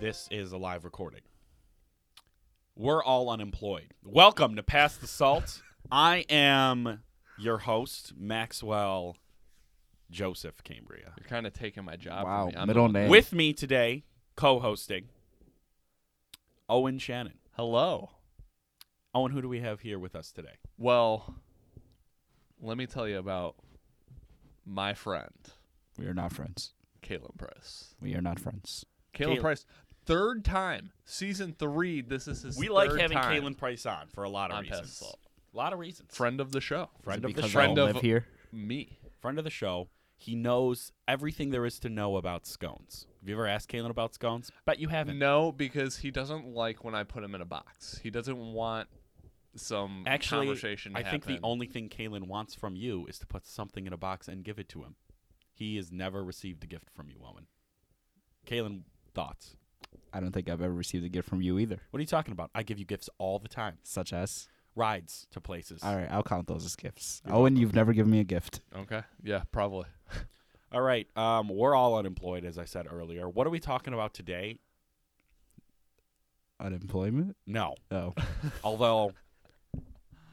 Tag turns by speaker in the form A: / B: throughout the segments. A: this is a live recording. We're all unemployed. Welcome to Pass the Salt. I am your host, Maxwell Joseph Cambria.
B: You're kind of taking my job.
C: Wow,
B: From me. I'm
C: middle
B: the-
C: name.
A: With me today, co hosting, Owen Shannon.
B: Hello.
A: Owen, who do we have here with us today?
B: Well, let me tell you about my friend
C: we are not friends.
B: Caleb Price.
C: We are not friends.
B: Caleb
A: Caleb.
B: Price, third time, season three. This is his.
A: We like
B: third
A: having
B: time
A: Kalen Price on for a lot of
B: on Pass the
A: reasons.
B: Salt.
A: A lot of reasons.
B: Friend of the show.
A: Friend
C: Is it
A: of the
C: because
A: show.
C: I
B: Friend
C: don't
B: of-
C: live here.
B: Me.
A: friend of the show. He knows everything there is to know about scones. Have you ever asked Kalen about scones? Bet you haven't.
B: No, because he doesn't like when I put him in a box. He doesn't want some
A: Actually,
B: conversation. to
A: I think the
B: happen.
A: only thing Kalen wants from you is to put something in a box and give it to him. He has never received a gift from you, Owen. Kalen, thoughts?
C: I don't think I've ever received a gift from you either.
A: What are you talking about? I give you gifts all the time.
C: Such as,
A: Rides to places.
C: all right, I'll count those as gifts. Owen, you've never given me a gift.
B: Okay. Yeah, probably.
A: All right. Um, we're all unemployed, as I said earlier. What are we talking about today?
C: Unemployment?
A: No.
C: Oh,
A: although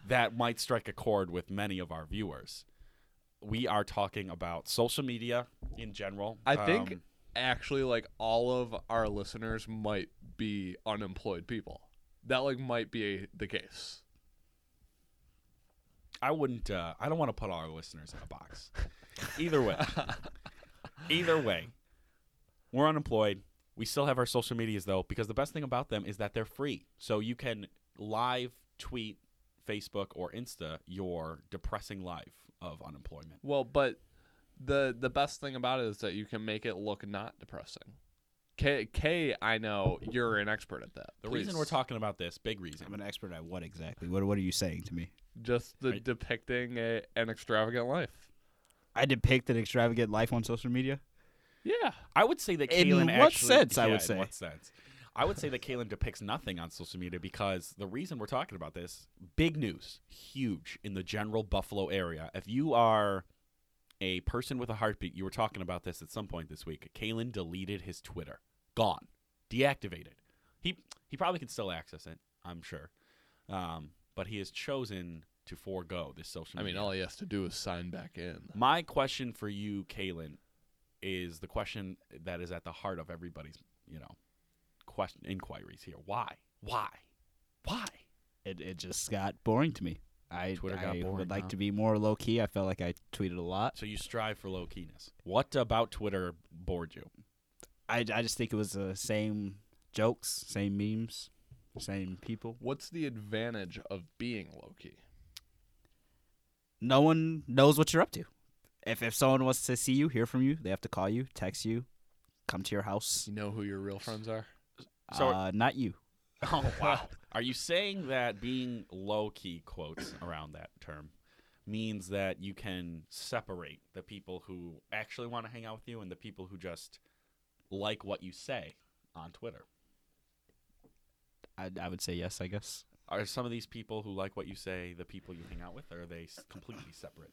A: that might strike a chord with many of our viewers. We are talking about social media in general.
B: I think
A: Um,
B: actually like all of our listeners might be unemployed people. That like might be the case.
A: I wouldn't. Uh, I don't want to put all our listeners in a box. Either way, either way, we're unemployed. We still have our social medias though, because the best thing about them is that they're free. So you can live tweet, Facebook or Insta your depressing life of unemployment.
B: Well, but the the best thing about it is that you can make it look not depressing. K K, I know you're an expert at that.
A: The reason
B: Please.
A: we're talking about this, big reason.
C: I'm an expert at what exactly? What What are you saying to me?
B: just the
A: Right.
B: depicting a, an extravagant life.
C: I depict an extravagant life on social media.
B: Yeah.
A: I would say that
C: In
A: Kalen
C: what
A: actually-
C: sense, I
A: yeah,
C: would
A: in
C: say.
A: what sense? I would say that Kalen depicts nothing on social media because the reason we're talking about this big news, huge in the general Buffalo area. If you are a person with a heartbeat, you were talking about this at some point this week. Kalen deleted his Twitter, gone, deactivated. He he probably can still access it, I'm sure, um, but he has chosen to forego this social.
B: I mean,
A: media.
B: all he has to do is sign back in.
A: My question for you, Kalen, is the question that is at the heart of everybody's, you know, question inquiries here. Why? Why? Why?
C: It It just got boring to me. I,
A: Twitter got
C: I
A: boring,
C: would like
A: huh?
C: to be more low key. I felt like I tweeted a lot.
A: So you strive for low keyness. What about Twitter bored you?
C: I, I just think it was the same jokes, same memes, same people.
B: What's the advantage of being low key?
C: no one knows what you're up to. If if someone wants to see you, hear from you, they have to call you, text you, come to your house.
B: You know who your real friends are?
A: So-
C: uh, not you.
A: Oh wow! Are you saying that being low key quotes around that term means that you can separate the people who actually want to hang out with you and the people who just like what you say on Twitter?
C: I, I would say yes, I guess.
A: Are some of these people who like what you say the people you hang out with, or are they s- completely separate?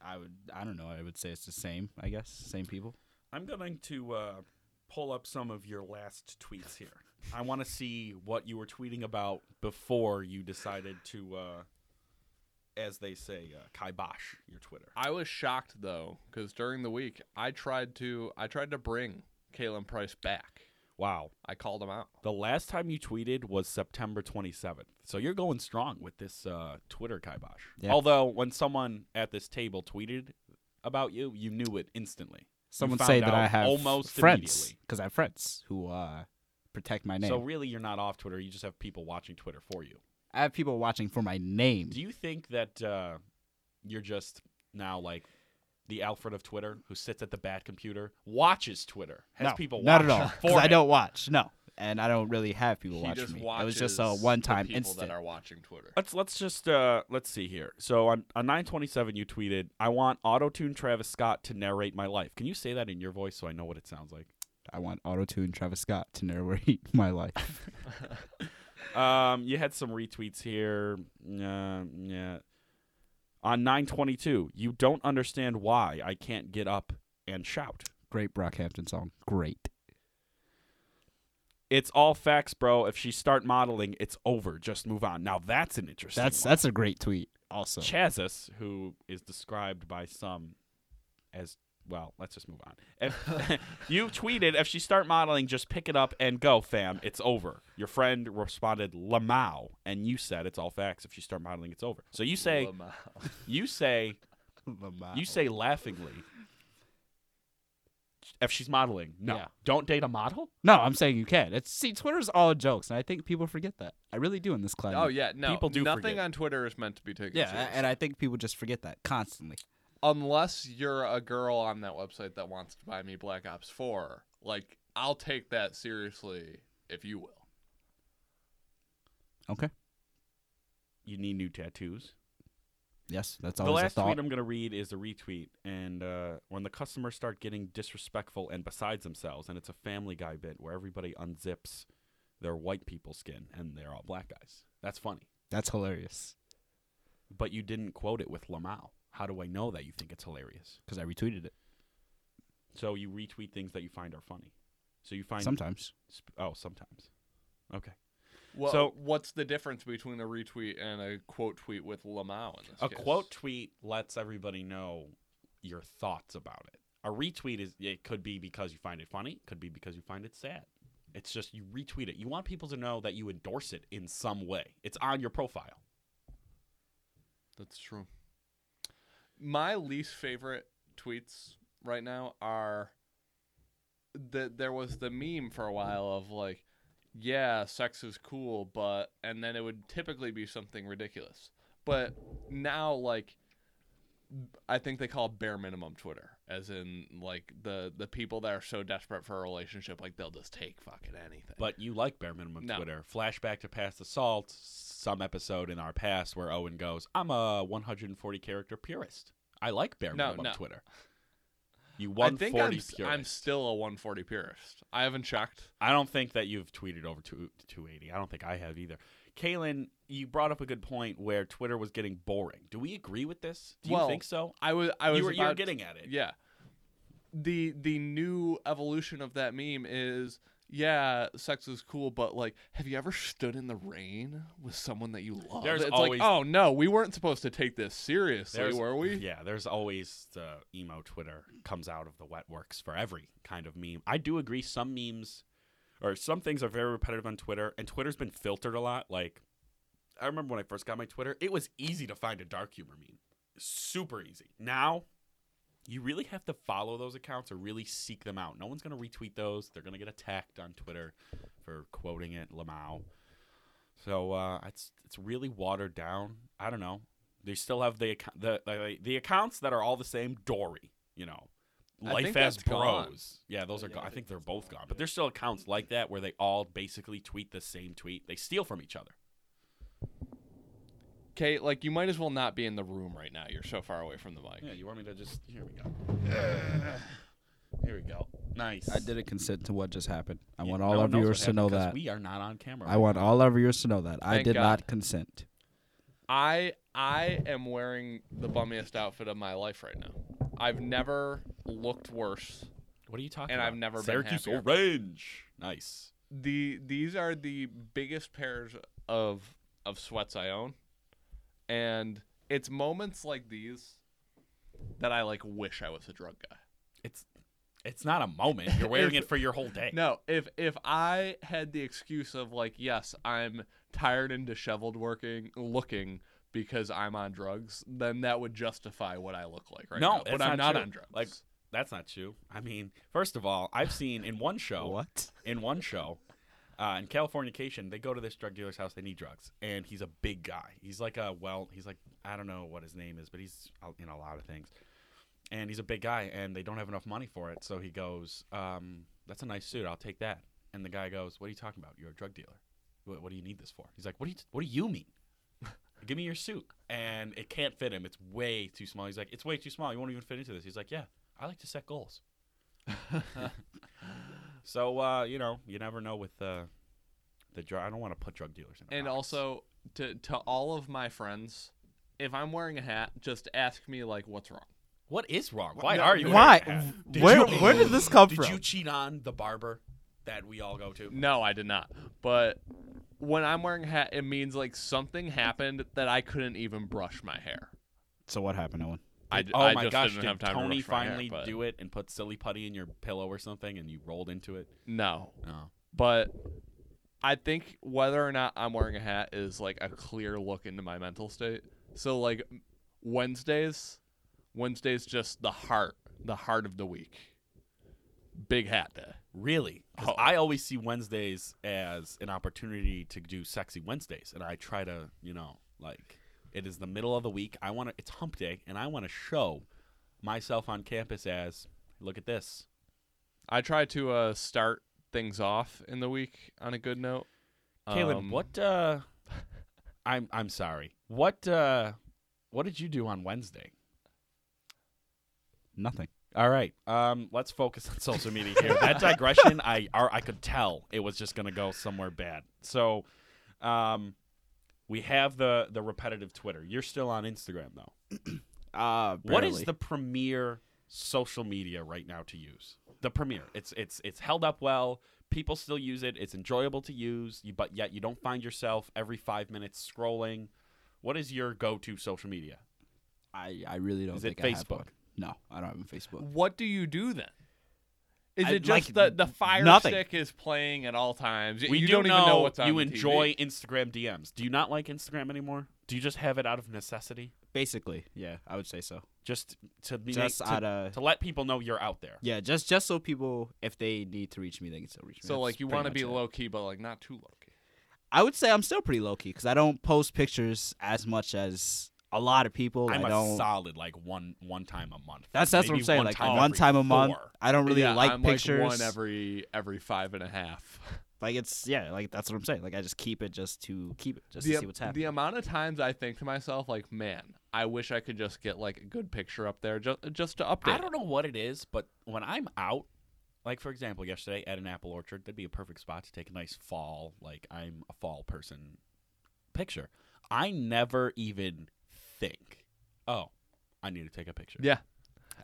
C: I would. I don't know. I would say it's the same. I guess same people.
A: I'm going to uh, pull up some of your last tweets here. I want to see what you were tweeting about before you decided to, uh, as they say, uh, kibosh your Twitter.
B: I was shocked though, because during the week I tried to I tried to bring Kalen Price back.
A: Wow.
B: I called him out.
A: The last time you tweeted was September 27th. So you're going strong with this uh, Twitter kibosh.
C: Yeah.
A: Although, when someone at this table tweeted about you, you knew it instantly.
C: Someone
A: found
C: say that I
A: out
C: have
A: almost
C: friends
A: immediately.
C: because I have friends who uh, protect my name.
A: So really, you're not off Twitter. You just have people watching Twitter for you.
C: I have people watching for my name.
A: Do you think that uh, you're just now like the Alfred of Twitter, who sits at the bat computer, watches Twitter, has
C: no,
A: people
C: not
A: watch
C: at all.
A: for
C: I
A: him?
C: don't watch. No, and I don't really have people
B: he
C: watching
B: just
C: me.
B: watches
C: It was just a
B: the
C: one-time
B: people
C: instant.
B: that are watching Twitter.
A: Let's let's just uh, let's see here. So on on nine twenty seven, you tweeted, "I want auto tune Travis Scott to narrate my life." Can you say that in your voice so I know what it sounds like?
C: I want auto tune Travis Scott to narrate my life.
A: Um, you had some retweets here. Uh, yeah. On nine twenty two, you don't understand why I can't get up and shout.
C: Great Brockhampton song. Great.
A: It's all facts, bro. If she start modeling, it's over. Just move on. Now that's an interesting.
C: That's
A: one.
C: that's a great tweet. Also,
A: Chazis, who is described by some as well. Let's just move on. If, you tweeted, "If she start modeling, just pick it up and go, fam. It's over." Your friend responded, "Lamau," and you said, "It's all facts. If she start modeling, it's over." So you say,
B: Lamau.
A: you say, you say laughingly, "If she's modeling, no,
C: Yeah.
A: don't date a model."
C: no, I'm saying you can. It's see, Twitter's all jokes, and I think people forget that. I really do in this climate.
B: Oh yeah, no.
A: People do
B: nothing
A: forget.
B: on Twitter is meant to be taken
C: yeah, a-
B: seriously.
C: and I think people just forget that constantly.
B: unless you're a girl on that website that wants to buy me Black Ops 4, like I'll take that seriously if you will.
C: Okay.
A: You need new tattoos.
C: Yes, that's
A: the
C: always a
A: last
C: thought.
A: tweet I'm going to read is a retweet, and uh, when the customers start getting disrespectful and besides themselves, and it's a Family Guy bit where everybody unzips their white people skin and they're all black guys. That's funny,
C: that's hilarious
A: but you didn't quote it with Lamau. How do I know that you think it's hilarious?
C: because I retweeted it
A: So you retweet things that you find are funny. So you find
C: sometimes.
A: sp- oh sometimes, okay.
B: Well,
A: So-
B: what's the difference between a retweet and a quote tweet with Lamau in this
A: A
B: case?
A: quote tweet lets everybody know your thoughts about it. A retweet is it could be because you find it funny, could be because you find it sad. It's just you retweet it. You want people to know that you endorse it in some way. It's on your profile.
B: That's true. My least favorite tweets right now are that there was the meme for a while of like, yeah, sex is cool, but and then it would typically be something ridiculous. But now like I think they call it bare minimum Twitter, as in like the the people that are so desperate for a relationship, like they'll just take fucking anything.
A: But you like bare minimum
B: No.
A: Twitter. Flashback to past assault, some episode in our past where Owen goes, "I'm a 140 character purist. I like bare
B: No,
A: minimum
B: no.
A: Twitter." You
B: I think
A: 140
B: I'm,
A: purist.
B: I'm still a 140 purist. I haven't checked.
A: I don't think that you've tweeted over two, 280. I don't think I have either. Kaylin, you brought up a good point where Twitter was getting boring. Do we agree with this? Do you
B: Well,
A: think so?
B: I was I was
A: you were, you were
B: about-
A: getting at it.
B: Yeah. The the new evolution of that meme is yeah, sex is cool, but like, have you ever stood in the rain with someone that you love?
A: There's
B: it's
A: always-
B: like, oh no, we weren't supposed to take this seriously,
A: There's-
B: were we?
A: Yeah, there's always the emo Twitter comes out of the wet works for every kind of meme. I do agree some memes or some things are very repetitive on Twitter and Twitter's been filtered a lot. Like I remember when I first got my Twitter, it was easy to find a dark humor meme. Super easy. Now you really have to follow those accounts or really seek them out. No one's going to retweet those. They're going to get attacked on Twitter for quoting it, Lamau. So uh, it's it's really watered down. I don't know. They still have the acco- the the, the accounts that are all the same. Dory, you know,
B: I
A: life
B: think
A: as
B: that's
A: bros.
B: gone.
A: Yeah, those are.
B: Yeah,
A: go-
B: I
A: I
B: think
A: think they're both gone. But there's still accounts like that where they all basically tweet the same tweet. They steal from each other.
B: Okay, like you might as well not be in the room right now. You're so far away from the mic.
A: Yeah, you want me to just? Here we go. Here we go. Nice.
C: I didn't consent to what just happened. I want
A: No
C: all our
A: one knows what
C: viewers to
A: happened
C: know
A: because
C: that.
A: we are not on camera.
C: I want all our viewers to know that I
B: Thank
C: did
B: God.
C: not consent.
B: I I am wearing the bummiest outfit of my life right now. I've never looked worse.
A: What are you talking
B: And
A: about?
B: I've never been
A: Syracuse
B: happier.
A: orange. Nice.
B: the these are the biggest pairs of of sweats I own, and it's moments like these that I like wish I was a drug guy.
A: It's it's not a moment. You're wearing it for your whole day.
B: No, if if I had the excuse of like, yes, I'm tired and disheveled working looking because I'm on drugs, then that would justify what I look like right
A: No,
B: now.
A: that's
B: but I'm
A: not
B: not
A: true.
B: on drugs.
A: Like- That's not true. I mean, first of all, I've seen in one show
C: What?
A: in one show uh, in Californication, they go to this drug dealer's house. They need drugs, and he's a big guy. He's like a well, he's like I don't know what his name is, but he's out in a lot of things, and he's a big guy, and they don't have enough money for it. So he goes, um, "That's a nice suit. I'll take that." And the guy goes, "What are you talking about? You're a drug dealer. What, what do you need this for?" He's like, "What do you What do you mean?" Give me your suit, and it can't fit him. It's way too small. He's like, it's way too small. You won't even fit into this. He's like, yeah, I like to set goals. So uh, you know, you never know with uh, the drug. I don't want to put drug dealers in. a
B: and
A: box.
B: also to to all of my friends, if I'm wearing a hat, just ask me like, what's wrong.
A: what is wrong? Why
B: No,
A: are you?
C: Why?
A: wearing a hat?
C: Where- where did this come
A: did
C: from?
A: you cheat on the barber? that we all go to?
B: No, I did not. But when I'm wearing a hat, it means like something happened that I couldn't even brush my hair.
C: So what happened, Owen?
B: I, d-
A: oh
B: I
A: my
B: just
A: gosh!
B: didn't
A: did
B: have time
A: Tony
B: to brush my
A: finally
B: hair, but-
A: do it and put silly putty in your pillow or something, and you rolled into it?
B: No,
A: No.
B: but I think whether or not I'm wearing a hat is like a clear look into my mental state. So like Wednesdays, Wednesdays just the heart, the heart of the week. Big hat day.
A: Really? 'Cause
B: Oh.
A: I always see Wednesdays as an opportunity to do sexy Wednesdays, and I try to, you know, like it is the middle of the week. I want to. It's Hump Day, and I want to show myself on campus as, look at this.
B: I try to uh, start things off in the week on a good note.
A: Kaylin,
B: Um,
A: what? uh I'm I'm sorry. What? uh What did you do on Wednesday?
C: Nothing.
A: All right. Um, let's focus on social media here. that digression, I or I could tell it was just going to go somewhere bad. So, um, we have the the repetitive Twitter. You're still on Instagram though.
C: Uh,
A: What is the premier social media right now to use? The premier. It's it's it's held up well. People still use it. It's enjoyable to use. You, but yet you don't find yourself every five minutes scrolling. What is your go-to social media?
C: I, I really don't
A: Is it
C: think I have
A: Facebook?
C: one. No, I don't have a Facebook.
B: What do you do then? Is
C: I-
B: it just
C: like,
B: the the fire
C: nothing.
B: stick is playing at all times?
A: We
B: you
A: do
B: not
A: know,
B: even know what's on
A: you
B: the TV.
A: enjoy Instagram DMs. Do you not like Instagram anymore? Do you just have it out of necessity,
C: Basically, yeah, I would say so.
A: just to be
C: Just
A: to,
C: out of
A: to let people know you're out there?
C: yeah, just just so people, if they need to reach me, they can still reach me.
B: So
C: That's
B: like you
C: pretty
B: want to
C: much
B: be
C: it.
B: low key, but like not too low key.
C: I would say I'm still pretty low key because I don't post pictures as much as a lot of people.
A: I'm
C: I
A: a
C: don't.
A: solid like one one time a month.
C: that's that's what I'm
A: Maybe
C: saying.
A: one
C: Like
A: time
C: one
A: every
C: time a month,
A: four.
C: I don't really
B: Yeah,
C: like
B: I'm
C: pictures.
B: Like one every every five and a half.
C: Like, it's yeah, like that's what I'm saying. Like I just keep it just to keep it, just to see what's happening.
B: the amount of times I think to myself, like, man, I wish I could just get like a good picture up there, just just to update.
A: I don't know what it is, but when I'm out, like for example, yesterday at an apple orchard, that'd be a perfect spot to take a nice fall, like I'm a fall person picture. I never even think, oh, I need to take a picture.
B: Yeah,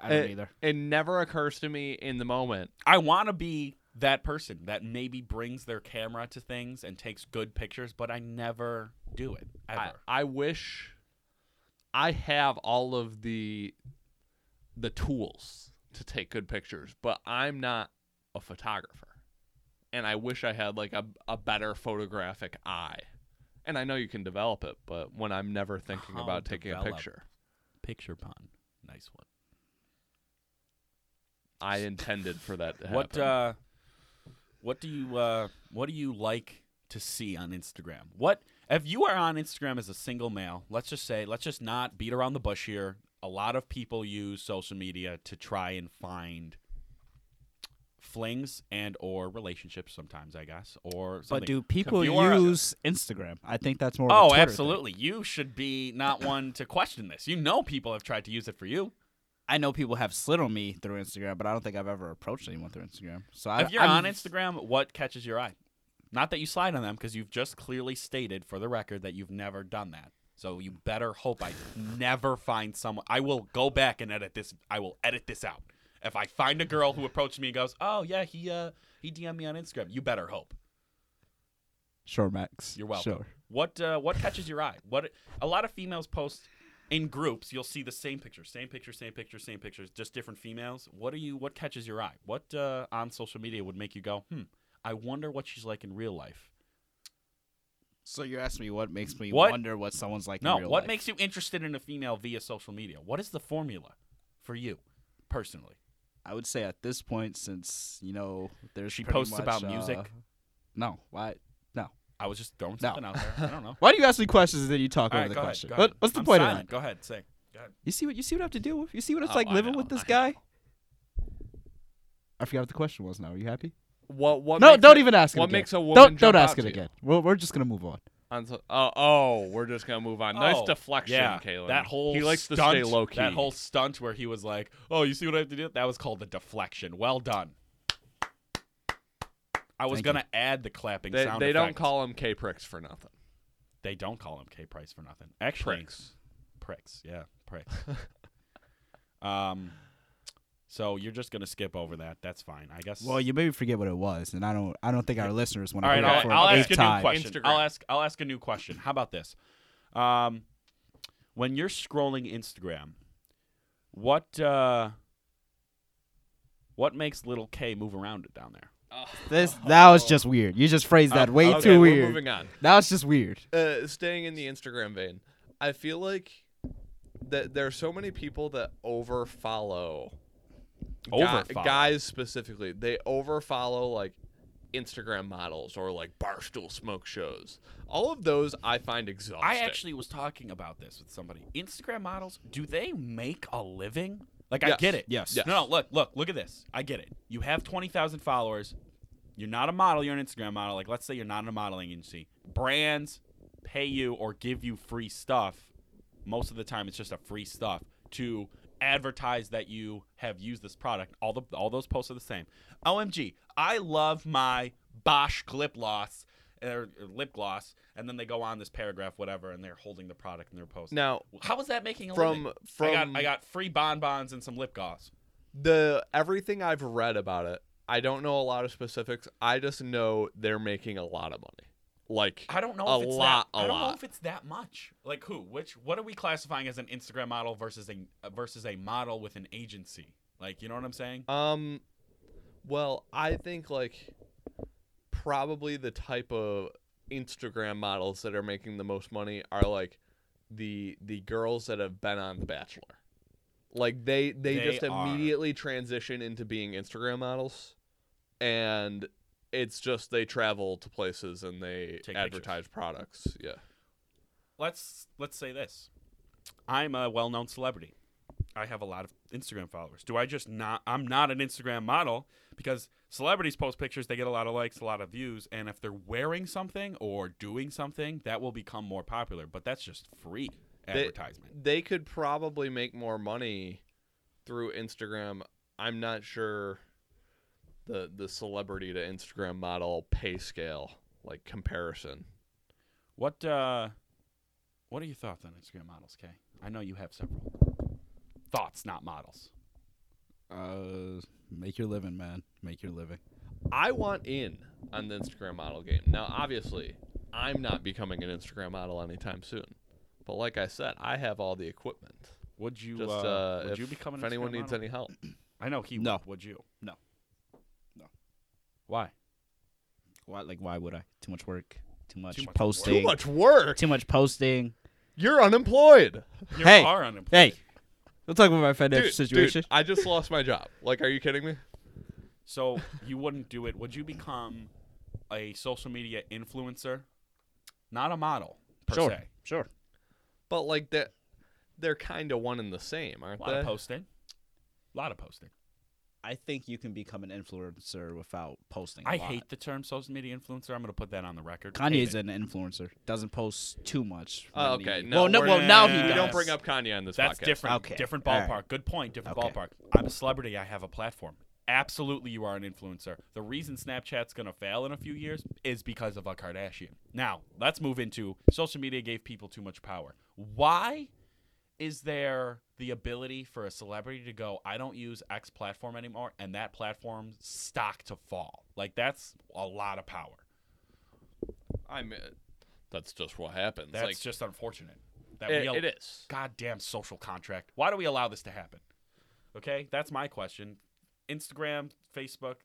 C: I don't
B: Uh,
C: either.
B: it never occurs to me in the moment.
A: I want to be that person that maybe brings their camera to things and takes good pictures, but I never do it ever.
B: I, I wish I have all of the the tools to take good pictures, but I'm not a photographer. And I wish I had like a, a better photographic eye. And I know you can develop it, but when I'm never thinking
A: How
B: about taking a
A: develop?
B: picture,
A: Picture pun, nice one.
B: I intended for that to happen.
A: What uh, what do you uh, what do you like to see on Instagram? What if you are on Instagram as a single male? Let's just say, let's just not beat around the bush here. A lot of people use social media to try and find flings and or relationships sometimes i guess or something.
C: But do people
A: you are-
C: use Instagram? I think that's more. Of a
A: Oh,
C: Twitter thing.
A: absolutely. You should be not one to question this. You know people have tried to use it for you.
C: I know people have slid on me through Instagram, but I don't think I've ever approached anyone through Instagram. So I,
A: if you're
C: I'm-
A: on Instagram, what catches your eye? Not that you slide on them because you've just clearly stated for the record that you've never done that. So you better hope I never find someone. I will go back and edit this. I will edit this out. If I find a girl who approached me and goes, "Oh yeah, he uh he DM'd me on Instagram," you better hope.
C: sure, Max.
A: You're welcome.
C: Sure.
A: What uh, what catches your eye? What a lot of females post in groups. You'll see the same picture, same picture, same picture, same pictures, just different females. What do you? What catches your eye? What uh, on social media would make you go, hmm? I wonder what she's like in real life.
C: So you're asking me what makes me
A: What-
C: wonder what someone's like.
A: No,
C: in real
A: what
C: life.
A: makes you interested in a female via social media? What is the formula for you, personally?
C: I would say at this point, since you know, there's
A: She
C: pretty
A: posts
C: much,
A: about
C: uh,
A: music.
C: No, why? No.
A: I was just throwing
C: No.
A: something out there. I don't know.
C: Why do you ask me questions and then you talk
A: All
C: over
A: right,
C: the
A: go ahead,
C: question?
A: go
C: What,
A: ahead.
C: what's the
A: I'm
C: point
A: silent.
C: of that?
A: Go ahead, say. Go ahead.
C: You see what you see what I have to deal with. You see what it's
B: Oh,
C: like
B: I
C: living
B: know,
C: with this
B: I
C: guy.
B: know.
C: I forgot what the question was. Now, are you happy?
B: What? What?
C: no,
B: makes
C: don't
B: a-
C: even ask it
B: What
C: again.
B: makes a woman
C: don't
B: jump
C: don't
B: out
C: ask it
B: to you?
C: again. We're, we're just gonna move on.
B: On so- oh, oh, we're just gonna move on. nice
A: Oh,
B: deflection,
A: yeah,
B: Caleb.
A: That whole
B: he likes
A: stunt,
B: to stay low key.
A: That whole stunt where he was like, "Oh, you see what I have to do?" That was called the deflection. Well done. I was
C: Thank
A: gonna add the clapping
B: they,
A: sound.
B: they don't
A: effect.
B: call him K pricks for nothing.
A: They don't call him K Price for nothing. Actually,
B: Pricks.
A: pricks. Yeah, pricks. um, So you're just gonna skip over that. That's fine. I guess.
C: Well, you maybe forget what it was, and I don't. I don't think our listeners want to
A: All right,
C: hear it for
A: I'll, I'll
C: an
A: ask
C: eighth
A: a
C: time.
A: new question.
B: Instagram.
A: I'll ask I'll ask a new question. How about this? Um, when you're scrolling Instagram, what uh, what makes little K move around down there?
C: This that was just weird. You just phrased that
A: Uh,
C: way
B: okay,
C: too
B: we're
C: weird.
B: Moving on.
C: That was just weird.
B: Uh, staying in the Instagram vein, I feel like that there are so many people that overfollow. Gu-
A: Overfollow.
B: guys specifically, they overfollow like Instagram models or like barstool smoke shows. All of those I find exhausting.
A: I actually was talking about this with somebody. Instagram models, do they make a living? Like I
B: Yes.
A: get it.
C: Yes.
B: Yes.
A: No, no, look, look, look at this. I get it. You have 20,000 followers. You're not a model, you're an Instagram model. Like let's say you're not in a modeling agency. Brands pay you or give you free stuff. Most of the time it's just a free stuff to advertise that you have used this product. All the all those posts are the same. OMG, I love my Bosch lip gloss or lip gloss and then they go on this paragraph whatever and they're holding the product in their post.
B: now
A: How is that making a
B: from
A: living?
B: from
A: I got I got free bonbons and some lip gloss.
B: the everything I've read about it. I don't know a lot of specifics. I just know they're making a lot of money. Like
A: I don't know
B: A
A: if it's
B: lot,
A: that,
B: a
A: I don't know
B: lot.
A: if it's that much. Like who? Which? What are we classifying as an Instagram model versus a versus a model with an agency? Like you know what I'm saying?
B: Um, well, I think like probably the type of Instagram models that are making the most money are like the the girls that have been on The Bachelor. Like they they,
A: They
B: just
A: are.
B: immediately transition into being Instagram models, and it's just they travel to places and they
A: Take
B: advertise products. Yeah.
A: Let's let's say this. I'm a well-known celebrity. I have a lot of Instagram followers. Do I just not? I'm not an Instagram model because celebrities post pictures. They get a lot of likes, a lot of views, and if they're wearing something or doing something, that will become more popular. But that's just free
B: They-
A: advertisement.
B: they could probably make more money through Instagram. I'm not sure the the celebrity to Instagram model pay scale like comparison.
A: What uh, what are your thoughts on Instagram models, Kay? I know you have several thoughts, not models.
C: Uh, make your living, man. Make your living.
B: I want in on the Instagram model game. Now, obviously, I'm not becoming an Instagram model anytime soon. But like I said, I have all the equipment.
A: Would you
B: Just
A: uh,
B: uh,
A: would
B: if,
A: you become an
B: if anyone
A: Instagram
B: needs
A: model?
B: any help,
A: I know he
C: No.
A: would. Would you?
C: No. No.
A: Why?
C: Why? Like, why would I? Too much work. Too much,
A: much work.
C: posting.
B: too much work.
C: Too much posting.
B: You're unemployed.
A: You
C: Hey.
A: are unemployed.
C: Hey, don't talk about my
B: Dude,
C: financial
B: dude,
C: situation.
B: I just lost my job. Like, are you kidding me?
A: So you wouldn't do it. Would you become a social media influencer? Not a model per
C: sure,
A: se.
C: sure.
B: But like that, they're kind of one and the same, aren't
A: A lot of
B: they?
A: posting. A lot of posting.
C: I think you can become an influencer without posting. I
A: I hate the term social media influencer. I'm going to put that on the record.
C: Kanye's
A: Hate it.
C: an influencer. Doesn't post too much.
B: Oh,
C: when he-
B: okay.
C: well, no,
B: we're-
C: well, now he
A: we
B: we
C: does.
B: don't bring up Kanye on this
A: That's
B: podcast.
A: different.
C: Okay.
A: Different
C: All right.
A: ballpark. Good point. Different
C: Okay.
A: ballpark. I'm a celebrity. I have a platform. Absolutely, you are an influencer. The reason Snapchat's going to fail in a few years is because of a Kardashian. Now, let's move into social media gave people too much power. Why is there the ability for a celebrity to go, I don't use X platform anymore, and that platform's stock to fall? Like, that's a lot of power.
B: I mean, that's just what happens.
A: That's
B: like,
A: just unfortunate. That
B: it-
A: we al-
B: it is.
A: goddamn social contract. Why do we allow this to happen? Okay, that's my question. Instagram, Facebook,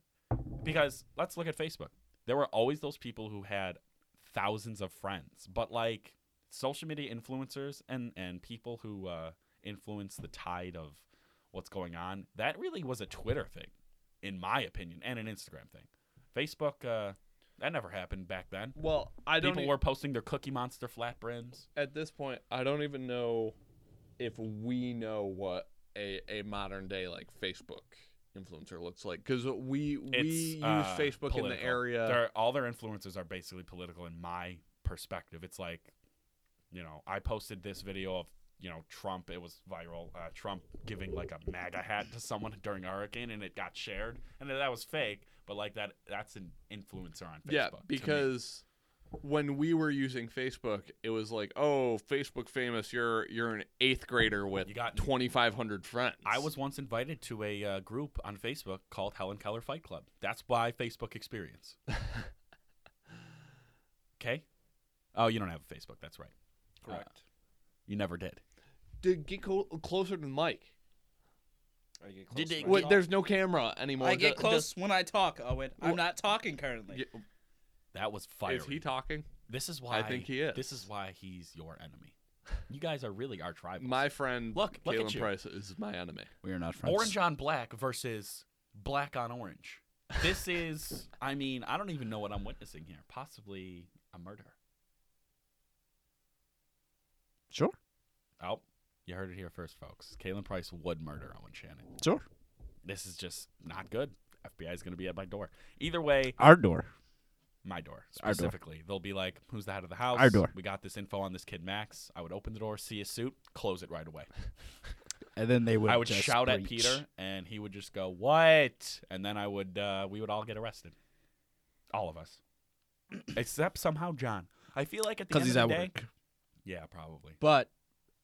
A: because let's look at Facebook. There were always those people who had thousands of friends, but like social media influencers and and people who uh, influence the tide of what's going on, that really was a Twitter thing, in my opinion, and an Instagram thing. Facebook, uh, that never happened back then.
B: Well, I don't.
A: People
B: e-
A: were posting their Cookie Monster flat brims.
B: at this point. I don't even know if we know what a a modern day like Facebook influencer looks like because we we
A: It's,
B: use
A: uh,
B: Facebook in the
A: political.
B: area.
A: They're- all their influences are basically political in my perspective. It's like, you know, I posted this video of, you know, Trump. It was viral. Uh, Trump giving like a MAGA hat to someone during a hurricane, and it got shared. And that was fake, but like that, that's an influencer on Facebook.
B: yeah,
A: to me.
B: because when we were using Facebook, it was like, oh, Facebook famous. You're you're an eighth grader with
A: You got-
B: 2,500 friends.
A: I was once invited to a uh, group on Facebook called Helen Keller Fight Club. That's my Facebook experience. okay. Oh, you don't have a Facebook. That's right.
B: Uh,
D: Correct.
A: You never did.
B: Did get co- closer to the mic.
D: I get close
C: Did
D: when
C: it
D: I
B: Wait,
D: talk.
B: there's no camera anymore.
D: I get
B: Ju-
D: close
B: just-
D: when I talk, Owen.
B: Wha-
D: I'm not talking currently.
B: Yeah,
A: That was fire.
B: Is he talking?
A: this is why
B: think he is.
A: This is why he's your enemy. You guys are really our tribal.
B: My friend
A: Look, look at
B: Kalen
A: you.
B: Price is my enemy.
C: We are not friends.
A: orange on black versus black on orange. This is, I mean, I don't even know what I'm witnessing here. Possibly a murder.
C: Sure.
A: Oh, you heard it here first, folks. Kalen Price would murder Owen Shannon.
C: Sure.
A: This is just not good. FBI is going to be at my door. Either way,
C: Our door.
A: my door
C: Our door.
A: specifically. They'll be like, "Who's the head of the house?"
C: Our door.
A: We got this info on this kid Max. I would open the door, see a suit, close it right away.
C: And then they would.
A: I would
C: just
A: shout at
C: breach.
A: Peter, and he would just go, "What?" And then I would, uh, we would all get arrested, all of us, except somehow John. I feel like at the end
C: because he's
A: of
C: at
A: the day,
C: work.
A: yeah, probably.
C: But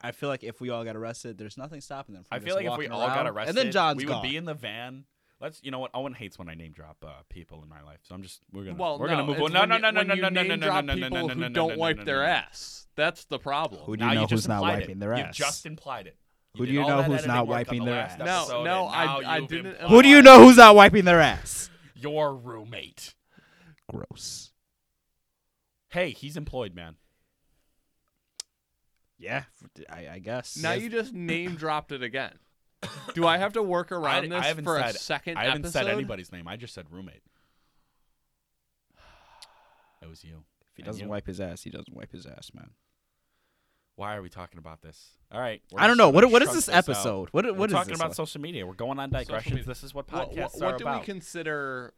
C: I feel like if we all got arrested, there's nothing stopping them. From
A: I
C: just
A: feel like if we
C: walking
A: all got
C: around.
A: arrested,
C: and then John's
A: we
C: gone.
A: would be in the van. Let's, you know what? Owen hates when I name drop uh, people in my life, so I'm just we're gonna
B: Well,
A: we're
B: no,
A: gonna move
B: it's
A: on. No,
B: when
A: no,
B: you-
A: no, no,
B: when
A: no,
B: you
A: no, no, no,
B: name
A: no,
B: drop
A: no, no,
B: people
A: no, no,
B: who
A: no,
B: don't
A: no, no,
B: wipe
A: no,
B: their
A: no.
B: ass. That's the problem.
C: Who do you
A: Now
C: know
A: just
C: who's not
A: implied it.
C: wiping their ass?
A: You just implied it.
C: Who
A: did
C: do you
A: all
C: know
A: that
C: who's
A: editing
C: not
A: work on
C: wiping
A: the
C: their
A: last
C: ass?
B: No,
A: episode,
B: no,
A: and now
B: I- I
A: you've
B: didn't-
A: implied
C: Who do you know who's not wiping their ass?
A: Your roommate.
C: Gross.
A: Hey, he's employed, man.
C: Yeah, I, I guess.
B: Now you just name dropped it again. Do I have to work
A: I
B: around this
A: haven't
B: for
A: said-
B: a second
A: I haven't said
B: episode?
A: anybody's name. I just said roommate. It was you.
C: If he
A: And
C: doesn't
A: you.
C: wipe his ass, he doesn't wipe his ass, man.
A: Why are we talking about this? All right. we're
C: I don't
A: just
C: know
A: gonna
C: what what is
A: shrug
C: this
A: out.
C: episode? What
A: We're
C: what is
A: talking
C: this
A: about
C: one?
A: social media. We're going on digressions.
B: media.
A: This is what
B: Wha- wha-
A: podcasts
B: what
A: are
B: do
A: about.
B: we consider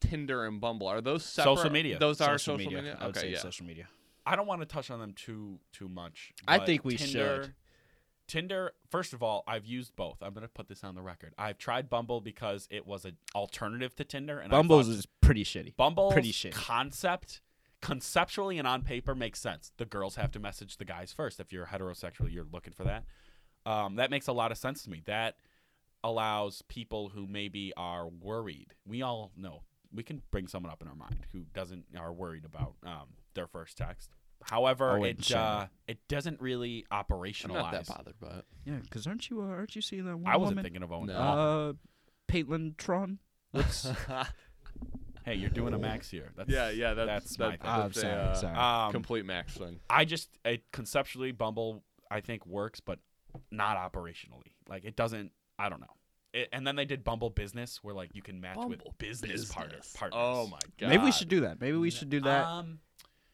B: Tinder and Bumble? Are those separate?
A: Social media.
B: Those are
C: social, media. I would
B: Okay,
C: say
B: yeah.
C: social media.
A: I don't want to touch on them too too much.
C: I
A: but
C: think we
A: Tinder,
C: should.
A: Tinder. First of all, I've used both. I'm going to put this on the record. I've tried Bumble because it was an alternative to Tinder, and I
C: Bumble's
A: thought-
C: is pretty shitty.
A: Bumble's
C: Pretty shitty.
A: concept conceptually and on paper makes sense. The girls have to message the guys first. If you're heterosexual, you're looking for that. Um, that makes a lot of sense to me. That allows people who maybe are worried. We all know we can bring someone up in our mind who doesn't are worried about um, their first text. However,
C: Oh, and
A: it
C: Shannon.
A: uh, it doesn't really
B: I'm not that
A: operationalize.
B: bothered by it.
C: Yeah, because aren't you uh, aren't you seeing that one
A: I wasn't
C: woman?
A: thinking of Owen. at
B: No.
A: all.
C: Uh, Caitlin Tron. What's
A: Hey, you're doing a max here. That's,
B: Yeah, yeah, that's-
A: that's, my
B: that-
A: thing.
C: I'm
B: I'm
C: sorry,
B: sorry, uh,
C: sorry.
A: Um,
B: Complete max thing.
A: I just I, conceptually Bumble I think works, but not operationally. Like it doesn't. I don't know. It, and then they did Bumble Business, where like you can match
B: Bumble
A: with business, Partner,
B: Business.
A: partners.
B: Oh my god.
C: Maybe we should do that. Maybe we should do that.
A: Um,